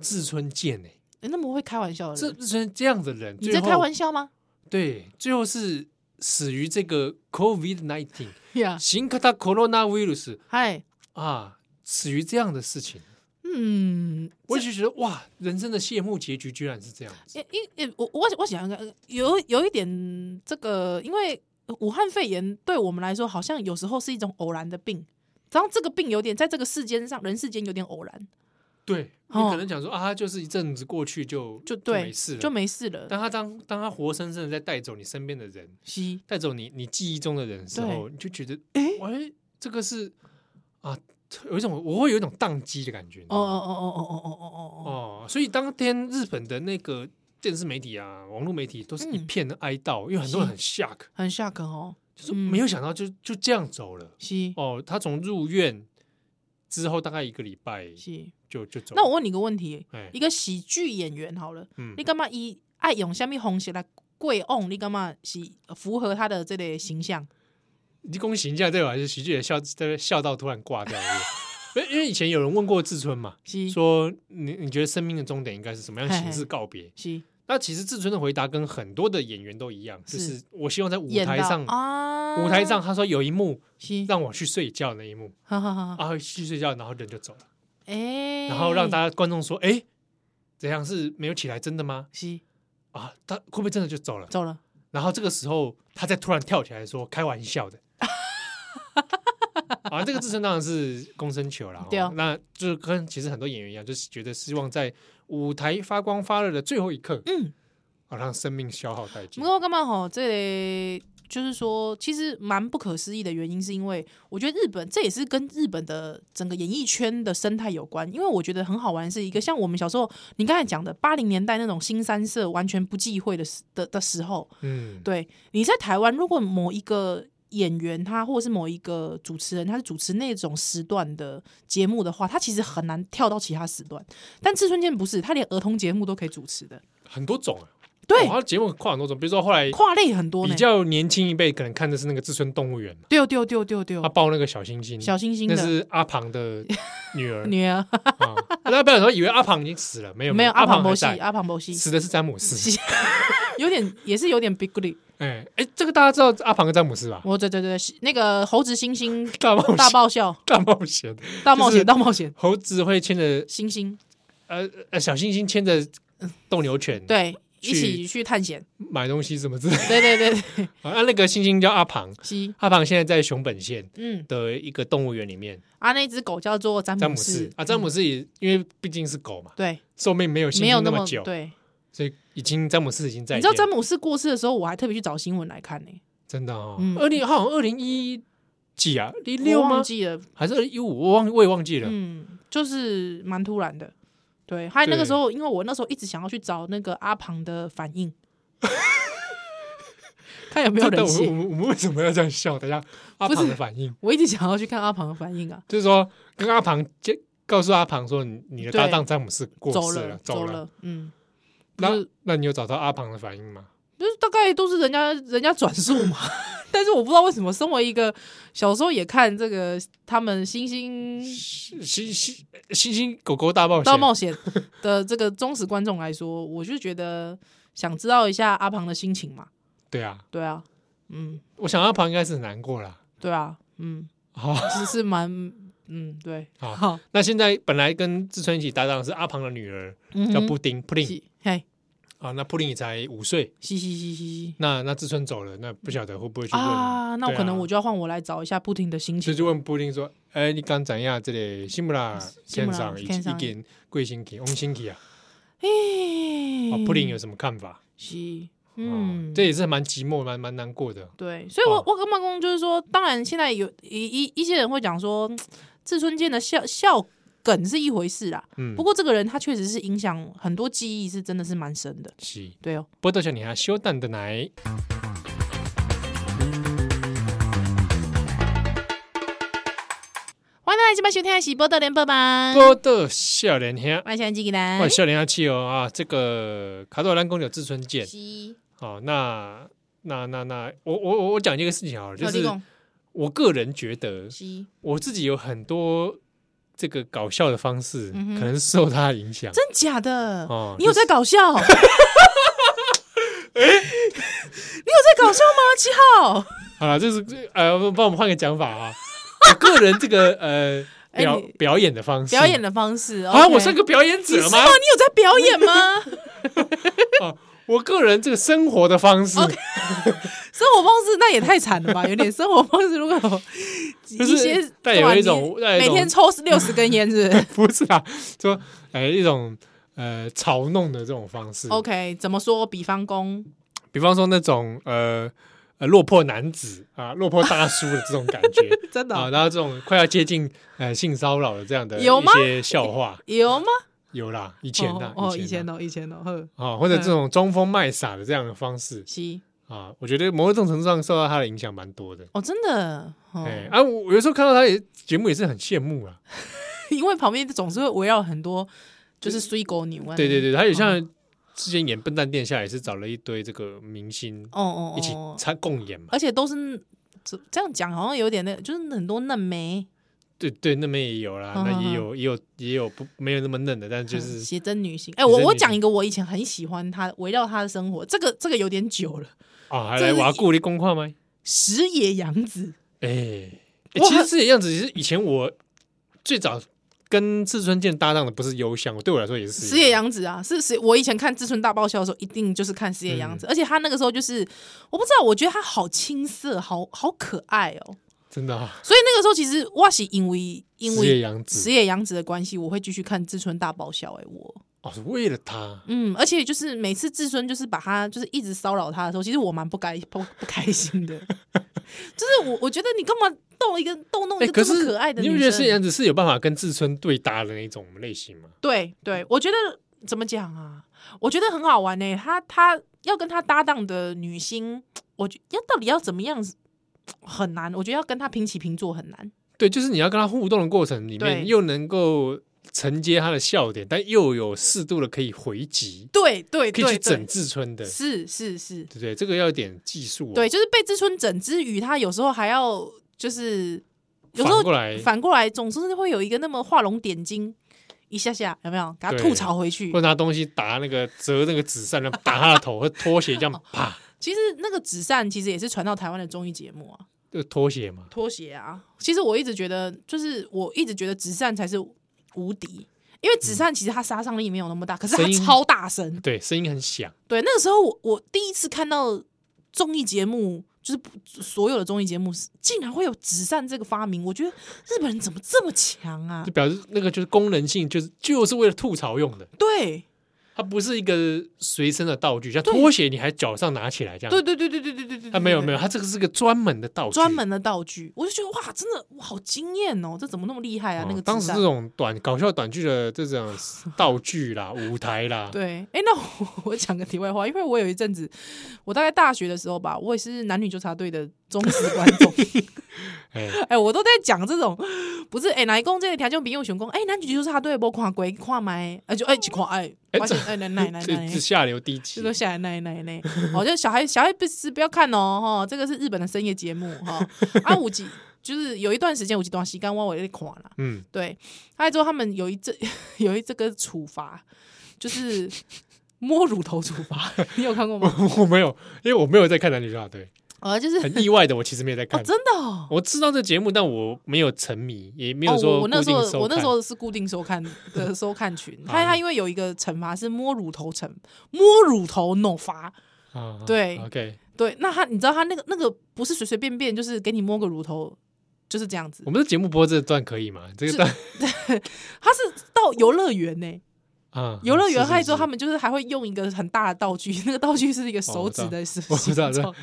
S2: 志村健哎、
S1: 诶那么会开玩笑的
S2: 这
S1: 人，
S2: 志村这样的人，
S1: 你
S2: 最
S1: 在
S2: 后
S1: 开玩笑吗？
S2: 对，最后是死于这个 COVID nineteen
S1: 呀，
S2: 新型的 corona virus
S1: 嗨，
S2: 啊，死于这样的事情，
S1: 嗯，
S2: 我就觉得哇，人生的谢幕结局居然是这样子，
S1: 因因因我我我想呃有有一点这个，因为武汉肺炎对我们来说，好像有时候是一种偶然的病，然后这个病有点在这个世间上人世间有点偶然，
S2: 对你
S1: 哦
S2: 可能讲说啊，就是一阵子过去就
S1: 就对，
S2: 没事了，
S1: 就没事了。
S2: 但他当当他活生生的在带走你身边的人。
S1: 西
S2: 带走你你记忆中的人的时候，你就觉得，哎、喂，这个是啊，有一种我会有一种宕机的感觉。
S1: 哦哦
S2: 哦
S1: 哦哦哦哦哦哦哦，
S2: 哦，所以当天日本的那个电视媒体啊、网络媒体都是一
S1: 嗯
S2: 片的哀悼，因为很多人很 shock，
S1: 很下梗哦，
S2: 就是
S1: 嗯
S2: 没有想到就就这样走了。
S1: 西
S2: 哦，他从入院之后大概一个礼拜
S1: 西。
S2: 就就走了。
S1: 那我问你个问题，
S2: 哎
S1: 一个喜剧演员好了，
S2: 嗯
S1: 你干嘛以爱用虾米红色来贵用？你干嘛是符合他的这类形象？
S2: 你恭喜一下对吧？就喜剧也笑在笑到突然挂掉了。 因为因为以前有人问过志村嘛，
S1: 西
S2: 说你你觉得生命的终点应该是什么样的形式告别？
S1: 西
S2: 那其实志村的回答跟很多的演员都一样，就是是我希望在舞
S1: 演
S2: 台
S1: 到
S2: 上，
S1: 啊，
S2: 舞台上他说有一幕
S1: 西，
S2: 让我去睡觉那一幕
S1: 哈哈哈哈。
S2: 啊，去睡觉，然后人就走了，
S1: 哎，
S2: 然后让
S1: 家
S2: 大家观众说，哎，怎样是没有起来真的吗？
S1: 是
S2: 啊，他会不会真的就走了？
S1: 走了，
S2: 然后这个时候他再突然跳起来说开玩笑的， 啊，这个自称当然是公生球了，
S1: 对啊
S2: 哦那就是跟其实很多演员一样，就是觉得希望在舞台发光发热的最后一刻，
S1: 嗯，
S2: 啊，让生命消耗殆
S1: 不
S2: 尽。
S1: 过干嘛吼？这里就是说，其实蛮不可思议的原因，是因为我觉得日本这也是跟日本的整个演艺圈的生态有关。因为我觉得很好玩，是一个像我们小时候你刚才讲的八零年代那种新三色完全不忌讳的时的的时候，
S2: 嗯，
S1: 对，你在台湾，如果某一个演员他或者是某一个主持人，他是主持那种时段的节目的话，他其实很难跳到其他时段。但志村健不是，他连儿童节目都可以主持的，
S2: 很多种啊，
S1: 对
S2: 哦，他节目跨很多种，比如说后来
S1: 跨类很多
S2: 比
S1: 呢。
S2: 较年轻一辈可能看的是那个自村动物园，
S1: 丢丢丢丢丢
S2: 他，抱那个小星星，
S1: 小星星
S2: 那
S1: 的
S2: 是阿庞的女 儿
S1: 女儿，
S2: 啊。大家不要说以为阿庞已经死了，没有
S1: 没有阿庞
S2: 庞还
S1: 博西，
S2: 在，
S1: 阿庞博西
S2: 死的是詹姆斯。
S1: 有点也是有点 big l y
S2: 哎哎，这个大家知道阿庞跟詹姆斯吧？
S1: 我对对对，是那个猴子星星
S2: 大冒
S1: 大
S2: 险，
S1: 爆笑
S2: 大冒险，
S1: 大冒
S2: 就
S1: 险
S2: 是
S1: 大冒险
S2: 猴子会牵着
S1: 星星，
S2: 呃呃小星星牵着斗牛犬，，
S1: 对，一
S2: 去
S1: 起去探险，
S2: 买东西什么之类的。
S1: 对对对 对，
S2: 啊，那个星星叫阿庞，
S1: 西，
S2: 阿庞现在在熊本县
S1: 嗯，
S2: 的一个动物园里面，
S1: 啊，那只狗叫做詹
S2: 詹姆
S1: 斯
S2: 斯啊，詹姆斯也因为毕竟是狗嘛，
S1: 对，
S2: 寿命没有星
S1: 没有
S2: 星
S1: 那
S2: 么久，
S1: 对，
S2: 所以已经詹姆斯已经在
S1: 你
S2: 天，
S1: 知道詹姆斯过世的时候，我还特别去找新闻来看呢、
S2: 真的哦
S1: 嗯，
S2: 二零好像二零一几啊，一
S1: 我
S2: 六
S1: 忘
S2: 吗？啊
S1: 记了，
S2: 还是二一五？我忘我也忘记了。
S1: 嗯，就是蛮突然的。对，还有那个时候，因为我那时候一直想要去找那个阿庞的反应，看有没有
S2: 真的
S1: 人
S2: 我
S1: 性。
S2: 们我们我们为什么要这样笑？大家阿
S1: 不是
S2: 庞的反应
S1: 我一直想要去看阿庞的反应啊，
S2: 就是说，跟阿庞就告诉阿庞说，你你的搭档詹姆斯过
S1: 走
S2: 世
S1: 了，
S2: 走
S1: 了，嗯，
S2: 那
S1: 不是
S2: 那你有找到阿庞的反应吗？
S1: 就是大概都是人家人家转述嘛。 但是我不知道为什么，身为一个小时候也看这个他们星星
S2: 星星星星星狗狗大冒
S1: 到
S2: 险，
S1: 冒险的这个忠实观众来说，我就觉得想知道一下阿庞的心情嘛。
S2: 对啊，
S1: 对啊，嗯，
S2: 我想阿庞应该是很难过啦。
S1: 对啊，嗯，
S2: 好、
S1: 是是蛮，嗯，对，
S2: 好
S1: 好，
S2: 那现在本来跟志村一起搭档的是阿庞的女儿
S1: 嗯
S2: 叫
S1: 哼
S2: 布丁，布丁
S1: 嘻嘿，
S2: 啊，那布丁也才五岁，
S1: 嘻嘻嘻嘻
S2: 那那志村走了，那不晓得会不会啊去
S1: 嘻
S2: 问
S1: 啊，那我
S2: 对啊
S1: 可能我就要换我来找一下布丁的心
S2: 所
S1: 情
S2: 以。就问布丁说：“哎、你刚怎样？这里新不啦？
S1: 新
S2: 现
S1: 不啦
S2: 场已
S1: 现
S2: 经
S1: 场
S2: 已经贵星期、翁星期啊，
S1: 哎
S2: 啊，布丁有什么看法？
S1: 嘻，
S2: 嗯，
S1: 嗯，
S2: 这也是蛮寂寞、蛮蛮难过的。
S1: 对，所以我，
S2: 哦
S1: 我跟办公就是说，当然现在有一一一些人会讲说，嗯志村健的笑笑梗是一回事啦，
S2: 嗯，
S1: 不过这个人他确实是影响很多记忆，是真的是蛮深的。
S2: 是
S1: 对哦，
S2: 波多小女孩修蛋的奶。
S1: 哎欢迎大家今晚收听的是《波多连播吧》，
S2: 波多少年兄，
S1: 我是安吉吉
S2: 哇，
S1: 兰，
S2: 少年兄气哦啊！这个卡多兰公有志村健
S1: 是
S2: 好，哦那那那那，我我我讲一个事情好了，就
S1: 好你
S2: 是
S1: 讲
S2: 我个人觉得
S1: 是
S2: 我自己有很多这个搞笑的方式，
S1: 嗯哼
S2: 可能是受他的影响。
S1: 真假的？
S2: 哦
S1: 你有在搞 笑？你有在搞笑吗？七号，
S2: 好了，这是呃，帮我们换个讲法啊。我个人这个呃
S1: 哎
S2: 表
S1: 你
S2: 表演的方式，
S1: 表演的方式
S2: 啊，
S1: OK
S2: 我是个表演
S1: 你
S2: 者
S1: 是吗？你？
S2: 吗
S1: 有在表演 吗？
S2: 我个人这个生活的方式，
S1: 生活方式那也太惨了吧，有点生活方式如果有
S2: 就
S1: 一些
S2: 是带有一种带有
S1: 每
S2: 一
S1: 天
S2: 种
S1: 抽六十根烟 是不是
S2: 不是啦，说哎一种呃嘲弄的这种方式。
S1: ？OK，怎么说？比方公
S2: 比方说那种呃呃落魄男子啊，落魄大叔的这种感 觉
S1: 真的哦
S2: 啊，然后这种快要接近呃性骚扰的这样的
S1: 有
S2: 一
S1: 吗
S2: 些笑话，
S1: 有吗？
S2: 有啦，以前的
S1: 哦，哦以前
S2: 的
S1: 哦，以前哦，呵，
S2: 啊，或者这种装疯卖傻的这样的方式。
S1: 西
S2: 啊，我觉得某种程度上受到他的影响蛮多的。
S1: 哦，真的哦，
S2: 哎、啊，我我有时候看到他也节目也是很羡慕啊。
S1: 因为旁边总是会围绕很多就是衰狗女啊，
S2: 对对，对，他也像之前演《笨蛋殿下》也是找了一堆这个明星
S1: 哦哦，
S2: 一起
S1: 哦
S2: 参共演嘛。
S1: 而且都是这这样讲，好像有点那，就是很多嫩梅，
S2: 对对，那边也有啦，
S1: 嗯
S2: 那
S1: 嗯
S2: 也有也有也有不没有那么嫩的，但就是
S1: 写真女星。哎，我
S2: 写真
S1: 我
S2: 女
S1: 讲
S2: 星
S1: 一个我以前很喜欢她，围绕她的生活，这个这个有点久了，
S2: 啊，还
S1: 这
S2: 来
S1: 是
S2: 瓦固的公话吗？
S1: 石野洋子。
S2: 哎、哎
S1: 我
S2: 其实
S1: 很
S2: 这个样子，是以前我最早跟志村健搭档的不是幽香，对我来说也是
S1: 石野洋子啊，是是，我以前看《志村大爆笑》的时候，一定就是看石野
S2: 嗯
S1: 洋子，而且她那个时候就是，我不知道，我觉得她好青涩，好好可爱哦，
S2: 真的啊，
S1: 所以那个时候其实哇，是因为因
S2: 矢野
S1: 为
S2: 洋
S1: 石
S2: 子
S1: 野洋子的关系，我会继续看志村大爆笑、欸。哎，我
S2: 哦，是为了他，
S1: 嗯，而且就是每次志村就是把他就是一直骚扰他的时候，其实我蛮不该不不开心 的，就是我我觉得你干嘛逗一个逗弄一
S2: 哎，
S1: 个
S2: 可
S1: 这么
S2: 是
S1: 可爱的
S2: 你
S1: 女
S2: 不觉得矢野
S1: 生？
S2: 洋子是嗯有办法跟志村对搭的那种类型吗？
S1: 对对，我觉得怎么讲啊？我觉得很好玩呢、欸他他要跟他搭档的女星，我觉要到底要怎么样很难，我觉得要跟他平起平坐很难。
S2: 对，就是你要跟他互动的过程里
S1: 对
S2: 面，又能够承接他的笑点，但又有适度的可以回击，
S1: 对对
S2: 可以去
S1: 对
S2: 整
S1: 对，
S2: 志村的，
S1: 是是是，
S2: 对不对？这个要有点技术、哦，
S1: 对，，就是被知春整之余，他有时候还要就是有时候
S2: 反过来，
S1: 反过来，总是会有一个那么画龙点睛一下下，有没有？给他
S2: 对
S1: 吐槽回去
S2: 或者。拿东西打那个折那个纸扇，然后打他的头，或者拖鞋这
S1: 哦
S2: 样啪，
S1: 其实那个纸扇其实也是传到台湾的综艺节目啊，
S2: 就拖鞋嘛。
S1: 拖鞋啊。其实我一直觉得，就是我一直觉得纸扇才是无敌。因为纸扇其实它杀伤力没有那么大，可是它
S2: 嗯声音
S1: 超大声。
S2: 对，声音很响，
S1: 对，那个时候我我第一次看到综艺节目，就是不所有的综艺节目是竟然会有纸扇这个发明，我觉得日本人怎么这么强啊
S2: 就？表示那个就是功能性，就是就是为了吐槽用的，
S1: 对，
S2: 它不是一个随身的道具，像拖鞋你还脚上拿起来这样。
S1: 对对对对对对对对，
S2: 啊，没有
S1: 对
S2: 没有，它这个是个专门的道具，
S1: 专门的道具，我就觉得哇，真的哇好惊艳哦，这怎么那么厉害啊？
S2: 哦
S1: 那个
S2: 当
S1: 纸
S2: 时
S1: 扇
S2: 这种短搞笑短剧的 这种道具啦、舞台啦，
S1: 对，哎，那我 我讲个题外话，因为我有一阵子，我大概大学的时候吧，我也是男女纠察队的忠实观众，
S2: 哎，
S1: 哎，我都在讲这种，不是哎，哪一公这个条件比我选公，哎，男女纠察队无看过看麦，哎就哎去看哎，
S2: 哎
S1: 发现哎奶奶奶
S2: 这
S1: 奶
S2: 这。下流低级
S1: 就，说下来奶奶奶，哦，就小孩小孩不是不要看哦，哈、这个是日本的深夜节目哈、啊，五集就是有一段时间五集短时间我也在看啦，
S2: 嗯，
S1: 对，还有之后他们有一这 有一这个处罚，就是摸乳头处罚，你有看过 吗？
S2: 我没有，因为我没有在看男女大队，
S1: 啊，就是
S2: 很意外的，我其实没有在
S1: 哦，
S2: 看。
S1: 真的哦。
S2: 我知道这节目，但我没有沉迷，也没
S1: 哦
S2: 有，说
S1: 我
S2: 固
S1: 我那
S2: 定
S1: 时候
S2: 收看。
S1: 我那时候是固定收看 的收看群，他
S2: 啊
S1: 他因为有一个惩罚是摸乳头惩摸乳头 no 罚，
S2: 啊
S1: 对
S2: ，OK，
S1: 对，那他你知道他那个那个不是随随便便就是给你摸个乳头就是这样子
S2: 我，们的节目播这段可以吗？这个
S1: 是
S2: 段
S1: 他是到游乐园呢，
S2: 啊，
S1: 游乐园
S2: 是是
S1: 害之后
S2: 是
S1: 他们就是还会用一个很大的道具，那个道具是一个手
S2: 哦我知
S1: 指
S2: 道
S1: 的形
S2: 我知道
S1: 状
S2: 我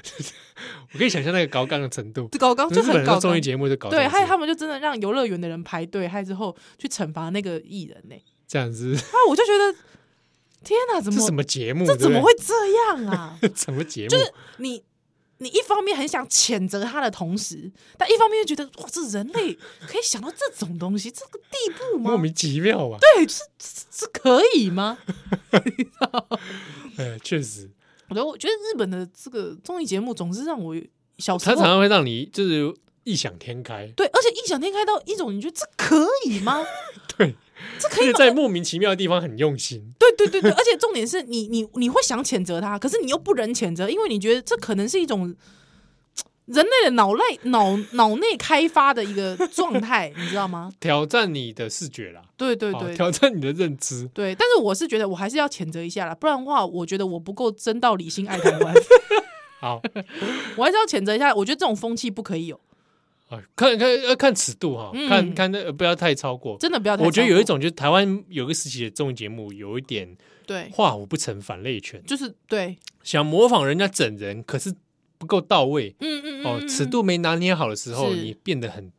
S2: 我可以想象那个高杠的程度，
S1: 搞刚就
S2: 日本
S1: 很
S2: 人的
S1: 搞
S2: 综艺
S1: 纲。
S2: 节目就搞
S1: 对，
S2: 成
S1: 还有
S2: 这
S1: 他们就真的让游乐园的人排队，还之后去惩罚那个艺人呢、
S2: 这样子，
S1: 啊，我就觉得天哪，怎
S2: 这
S1: 么
S2: 什么节目？
S1: 这
S2: 对
S1: 怎
S2: 不
S1: 么
S2: 对
S1: 会这样啊？
S2: 什么节目？
S1: 就是你你一方面很想谴责他的同时，但一方面又觉得哇，这人类可以想到这种东西，这个地步吗
S2: 莫？名其妙啊！
S1: 对，是是是可以吗？
S2: 对，哎确实，
S1: 我觉得我觉得日本的这个综艺节目总是让我小时
S2: 它常
S1: 候。
S2: 常会让你就是异想天开，
S1: 对，而且异想天开到一种，你觉得这可以吗？
S2: 对，
S1: 这
S2: 而
S1: 可以
S2: 且
S1: 吗？
S2: 在莫名其妙的地方很用心。
S1: 对对对对，而且重点是你你你会想谴责他，可是你又不能谴责，因为你觉得这可能是一种人类的脑内脑脑内开发的一个状态，你知道吗？
S2: 挑战你的视觉啦，
S1: 对对
S2: 啊
S1: 对
S2: 挑战你的认知。
S1: 对，但是我是觉得我还是要谴责一下啦，不然的话，我觉得我不够真道理性爱台 湾，
S2: 好，
S1: 我还是要谴责一下。我觉得这种风气不可以有，
S2: 啊看看要看尺度哈，
S1: 嗯
S2: 看看那呃不要太超过。
S1: 真的不要太。
S2: 我觉得有一，种就是台湾有个时期的综艺节目，有一点
S1: 对，
S2: 化虎不成反类犬，
S1: 就是对，
S2: 想模仿人家整人，可是不够到位
S1: 嗯嗯嗯，
S2: 哦，
S1: 嗯
S2: 尺，度没拿捏好的时候，
S1: 是
S2: 你变得很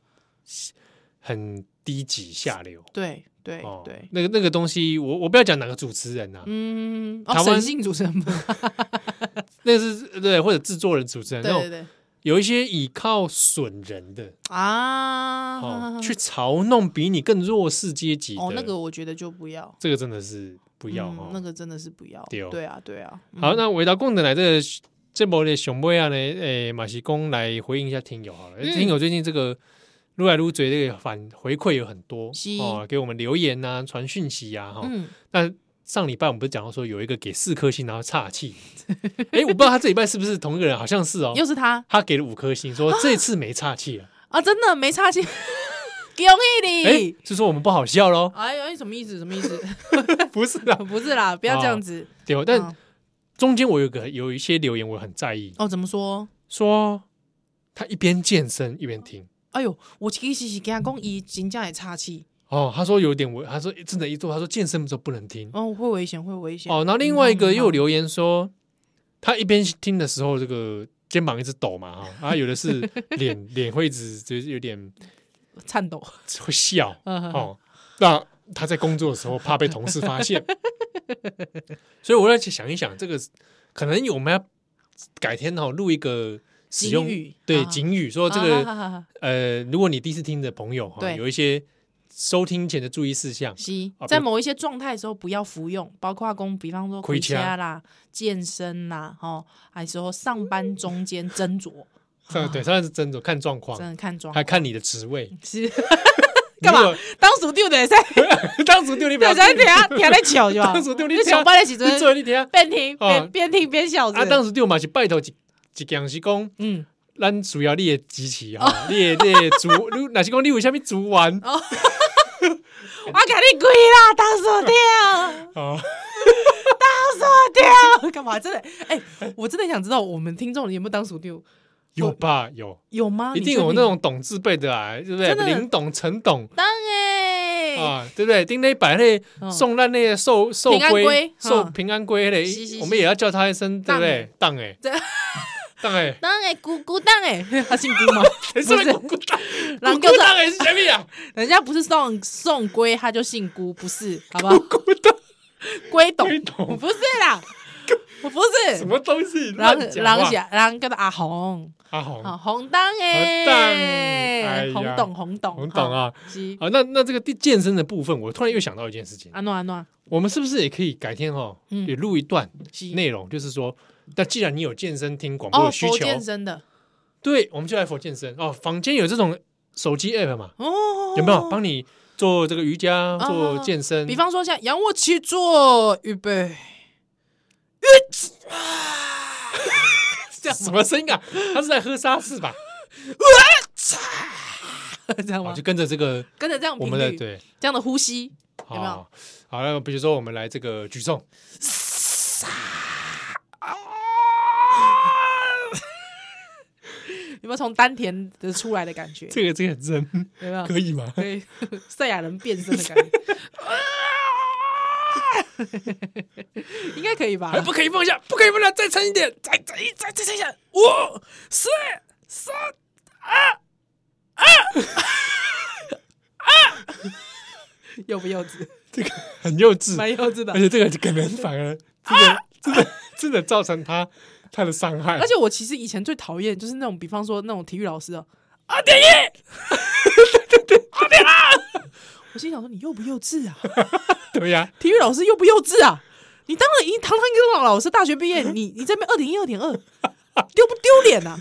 S2: 很低级下流。
S1: 对对
S2: 哦，
S1: 对，
S2: 那个那个东西，我我不要讲哪个主持人啊，
S1: 嗯，哦，
S2: 台湾
S1: 神性主持人们，
S2: 那是对或者制作人、主持人
S1: 对
S2: 那
S1: 对
S2: 种
S1: 对
S2: 有一些倚靠损人的
S1: 啊，
S2: 哦，去嘲弄比你更弱势阶级的，
S1: 哦，那个我觉得就不要，
S2: 这个真的是不要
S1: 嗯
S2: 哦。
S1: 那个真的是不要。
S2: 对哦
S1: 对啊，对啊。嗯
S2: 好，那回到共的来这个这波的熊妹啊呢，诶，马西公来回应一下听友好了，
S1: 嗯
S2: 听友最近这个。撸来撸嘴，这个反回馈有很多
S1: 是
S2: 哦，给我们留言呐、传讯息呀、哈、
S1: 嗯，
S2: 那上礼拜我们不是讲到说有一个给四颗星，然后岔气，哎、我不知道他这礼拜是不是同一个人，好像是哦。
S1: 又是他
S2: 他给了五颗星，说这次没岔气了。
S1: 啊，真的没 差劲，恭
S2: 哎、
S1: 喜你。
S2: 是说我们不好笑喽？
S1: 哎呦，哎什么意思？什么意思？
S2: 不是啦，
S1: 不是啦，不要这样子。
S2: 对哦。但
S1: 嗯
S2: 中间我有个有一些留言我很在意，
S1: 哦，怎么说？
S2: 说他一边健身一边听，
S1: 哎呦，我其实是跟他讲，伊真正会岔气，
S2: 哦，他说有点危，他说真的，一度他说健身的时候不能听。
S1: 哦，会危险，会危险。
S2: 哦，然后另外一个又有留言说，他一边听的时候，这个肩膀一直抖嘛，哈、啊，有的是脸脸会一直就是有点
S1: 颤抖，
S2: 会笑
S1: 嗯
S2: 哦。那他在工作的时候怕被同事 发现，所以我在想一想，这个可能我们要改天哈、哦、录一个使用
S1: 警语
S2: 对
S1: 啊
S2: 警语，说这
S1: 啊哈
S2: 个、
S1: 哈哈哈
S2: 呃，如果你第一次听的朋友哈、
S1: 对
S2: 有一些收听前的注意事项，
S1: 是
S2: 啊比如
S1: 在某一些状态的时候不要服用，包括讲，比方说
S2: 开
S1: 回
S2: 车
S1: 家啦、健身啦，哦，还是说上班中间斟酌，啊
S2: 上呃对，上是真的看状况
S1: 真，的看状
S2: 还
S1: 态。
S2: 看你的职位。
S1: 是 干嘛
S2: 如果？
S1: 当属丢的噻，
S2: 当时丢你表
S1: 对，咱听听在笑 就好。
S2: 当时对你
S1: 你
S2: 听
S1: 上班的时
S2: 你
S1: 阵
S2: 做你听啊！
S1: 边听
S2: 啊
S1: 边边听边笑是不是。
S2: 当时对我嘛是拜托一一件是讲，
S1: 嗯，
S2: 咱主要你的支持
S1: 哦
S2: 哈，你的你的 主，你若是讲你有啥物主玩
S1: 我给你跪啦，当属掉，
S2: 啊？
S1: 当属 掉，干嘛？真的，哎，我真的想知道我们听众有没有当属丢，
S2: 有吧？有，
S1: 有吗？
S2: 一
S1: 你
S2: 定
S1: 确
S2: 有
S1: 定
S2: 那种懂字辈的啊，对不对
S1: 哦真？的
S2: 林董、陈董
S1: 当哎，
S2: 啊，对不对？顶礼拜那
S1: 嗯
S2: 送咱那个寿寿
S1: 平安
S2: 龟
S1: 龟、
S2: 寿
S1: 嗯
S2: 平安龟嘞
S1: 是是，是
S2: 我们也要叫他一声，对不对？当哎
S1: 对，
S2: 当哎，
S1: 当哎，咕咕当哎， 他姓咕 吗？
S2: 谁说的咕咕当？
S1: 人
S2: 咕
S1: 叫
S2: 咕
S1: 做
S2: 当哎是啥物 啊？
S1: 人家不是送送龟，他就姓辜，不是， 好不好？
S2: 咕当
S1: 龟董
S2: 龟，董
S1: 不是 啦，我不
S2: 什
S1: 是。
S2: 么东西？
S1: 狼
S2: 乱讲啊
S1: 狼
S2: 话
S1: 侠，狼叫做阿红，
S2: 阿红
S1: 啊，红当
S2: 红当哎
S1: 哎，
S2: 呀
S1: 红董，红董，
S2: 红董啊
S1: 哈，是
S2: 啊，那那这个地健身的部分，我突然又想到一件事情，
S1: 安诺安诺，
S2: 我们是不是也可以改天哦，
S1: 嗯
S2: 也录一段
S1: 是
S2: 内容，就是说，那既然你有健身听广播
S1: 哦，
S2: 的需
S1: 佛
S2: 求，
S1: 健身的
S2: 对，我们就来佛健身哦。房间有这种手机 app 嘛，
S1: 哦，
S2: 有没有帮你做这个瑜伽、
S1: 哦
S2: 做健身？
S1: 比方说像仰卧起坐，预备，
S2: 什么声音 啊？他是在喝沙士吧？
S1: 这样
S2: 我
S1: 吗
S2: 就？跟着这个
S1: 跟着这样
S2: 我
S1: 频
S2: 们的
S1: 率，
S2: 对，
S1: 这样的呼吸，有没有
S2: 好，好，那比如说我们来这个举重，
S1: 有没有从丹田的出来的感觉？
S2: 这个这个很真，
S1: 有没有？
S2: 可以吗？
S1: 对，赛亚人变身的感觉，应该可以吧
S2: 还？不可以放下，不可以放下，再撑一点，再再再再撑一下，五四三二啊啊
S1: 幼不幼稚？
S2: 这个很幼稚，
S1: 蛮幼稚的
S2: 而。且这个可能反而真的、 真的真的造成他他的伤害，
S1: 而且我其实以前最讨厌就是那种，比方说那种体育老师哦，
S2: 二点一
S1: 我心想说你幼不幼稚啊？
S2: 对呀、
S1: 体育老师幼不幼稚啊？你当了一堂堂一个老师，大学毕业，你你这边二点一、二点二，丢不丢脸啊？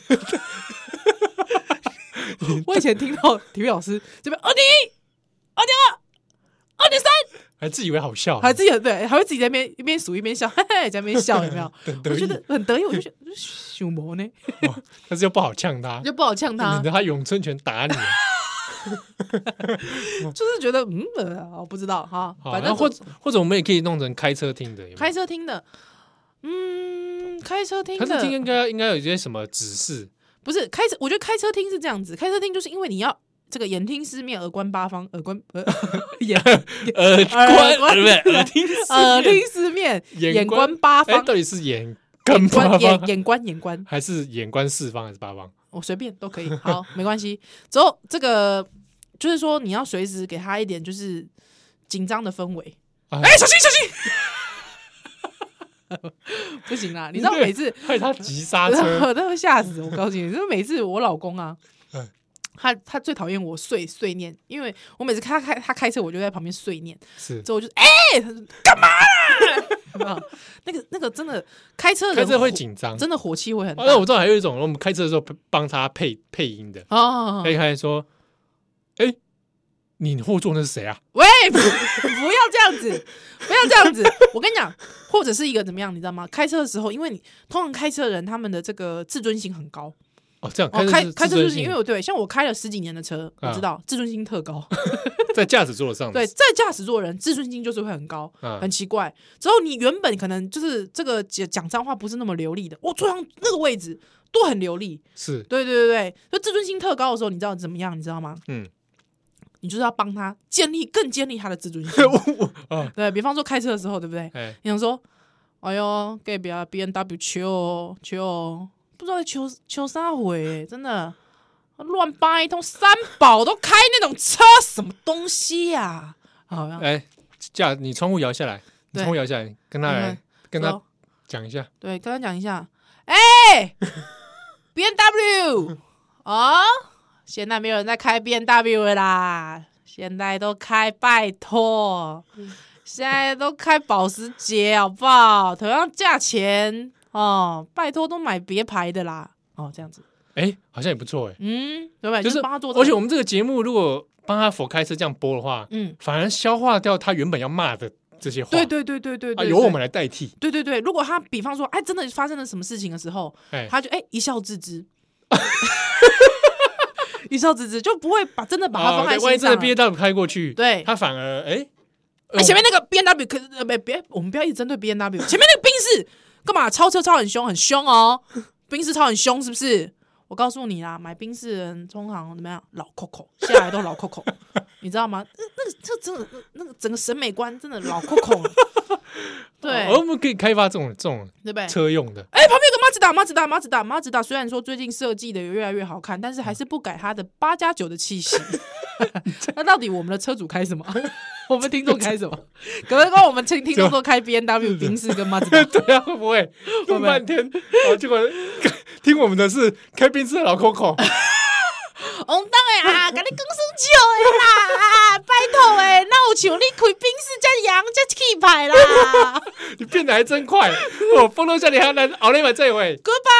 S1: 我以前听到体育老师这边二点一、二点二、二点三，
S2: 还自以为好笑，
S1: 还自己对，还会自己在那边一边数一边笑，嘿嘿，在那边笑有没有？
S2: 很得
S1: 我
S2: 意
S1: 觉，得很得意， 我就觉得熊魔呢，
S2: 哦但是又不好呛他，
S1: 就不啊好呛他
S2: 免，得他咏春拳 打你。啊
S1: 就是觉得嗯，呃我不知道哈，
S2: 好，
S1: 反
S2: 然
S1: 正
S2: 后或
S1: 或
S2: 者或者我们也可以弄成开车听的，有没有
S1: 开车听的，嗯，开车听
S2: 开车听
S1: 的
S2: 应该应该有一些什么 指示
S1: 不是开车，我觉得开车听是这样子，开车听就是因为你要这个眼听四面，耳观八方，耳观呃眼
S2: 耳
S1: 耳
S2: 关
S1: 关
S2: 对不对？耳听四
S1: 耳
S2: 面
S1: 听四面，
S2: 眼
S1: 眼
S2: 观
S1: 观八
S2: 哎，
S1: 方，
S2: 到底是眼跟八
S1: 观眼
S2: 方，
S1: 眼观眼观，
S2: 还是眼观四方，还是八方？
S1: 我随便都可以，好，没关系。之后这个就是说，你要随时给他一点就是紧张的氛围。
S2: 哎
S1: 哎、小心小心！不行啦，你知道每次
S2: 害他急刹车，
S1: 我都会吓死，我告诉你，就是每次我老公啊
S2: 嗯，
S1: 他他最讨厌我碎碎念，因为我每次看他开他开车，我就在旁边碎念，
S2: 是
S1: 之后我就哎、他就干嘛啦？有没有 那个那个真的开车的
S2: 开
S1: 人
S2: 车会
S1: 火，
S2: 紧张。
S1: 真的火气会很大。
S2: 哦，那我知道还有一种，我们开车的时候帮他配配音的，
S1: 哦
S2: 可以开始说，哎，你后座那是谁啊？
S1: 喂，不不要这样子，不要这样子。我跟你讲，或者是一个怎么样，你知道吗？开车的时候，因为你通常开车的人他们的这个自尊心很高，
S2: 哦，这样
S1: 哦，
S2: 开
S1: 开
S2: 车
S1: 开
S2: 自
S1: 车
S2: 尊
S1: 就是
S2: 心
S1: 因为我对，像我开了十几年的车，
S2: 啊
S1: 我知道自尊心特高。
S2: 在驾驶座上的
S1: 对，在驾驶座的人自尊心就是会很高，
S2: 啊
S1: 很奇怪。之后你原本可能就是这个讲讲脏话不是那么流利的，我坐上那个位置，都很流利。
S2: 是，
S1: 对对对对，就自尊心特高的时候，你知道怎么样？你知道吗？
S2: 嗯，
S1: 你就是要帮他建立更建立他的自尊心。
S2: 啊，
S1: 对比方说开车的时候，对不对？
S2: 哎，
S1: 你想说，哎呦，给别啊 B N W 求哦求哦，不知道在求求啥回、真的乱掰一通，三宝都开那种车，什么东西呀、好像
S2: 哎，架你窗户摇下来，你
S1: 对
S2: 窗户摇下来，跟他来
S1: 嗯，
S2: 跟他
S1: 说
S2: 讲一下，
S1: 对，跟他讲一下，哎、b N W 啊、现在没有人在开 B N W 了啦，现在都开拜托，
S2: 嗯
S1: 现在都开保时捷好不好？同样价钱哦，拜托都买别牌的啦，哦，这样子，
S2: 哎，好像也不错，哎，
S1: 嗯，对不对？
S2: 就是
S1: 帮他做、
S2: 而且我们这个节目如果帮他否开车这样播的话，
S1: 嗯，
S2: 反而消化掉他原本要骂的这些话，
S1: 对对对对对
S2: 啊，
S1: 对，
S2: 由我们来代替，
S1: 对。对对对，如果他比方说，哎，真的发生了什么事情的时候，
S2: 哎，
S1: 他就哎、一笑置之， 一笑置之，就不会把真的把它
S2: 啊
S1: 放在
S2: 万一
S1: 心
S2: 真
S1: 上
S2: 的
S1: 了。
S2: B W 开过去，
S1: 对，
S2: 他反而哎，
S1: 哎、前面那个 B N W 可呃别别，我们不要一直针对 B N W，前面那个宾士干嘛超车超很凶很凶哦， 宾士超很凶是不是？我告诉你啦，买宾士的人通常怎么样，老 Coco 下来都老 Coco，你知 道吗？那那个这真的那那个整个审美观真的老 Coco，了 对、
S2: 哦我们可以开发这种这种
S1: 对不对？
S2: 车用的，
S1: 哎、旁边有个马自达，马自达，马自达，马自达。虽然说最近设计的越来越好看，但是还是不改它的八加九的气息。那到底我们的车主开什么？我们听众开什么？可能跟我们听听众都开 B N W、宾士跟马自 达。
S2: 对啊，会不会弄半天， 然后结果听我们的是开宾士的老 Coco，
S1: 红当哎啊，赶紧更生酒哎啦，啊拜托哎，那我求你开宾士加羊加气派啦
S2: 哦你变得还真快，我风都叫你还来奥利马这一位，
S1: ，Goodbye。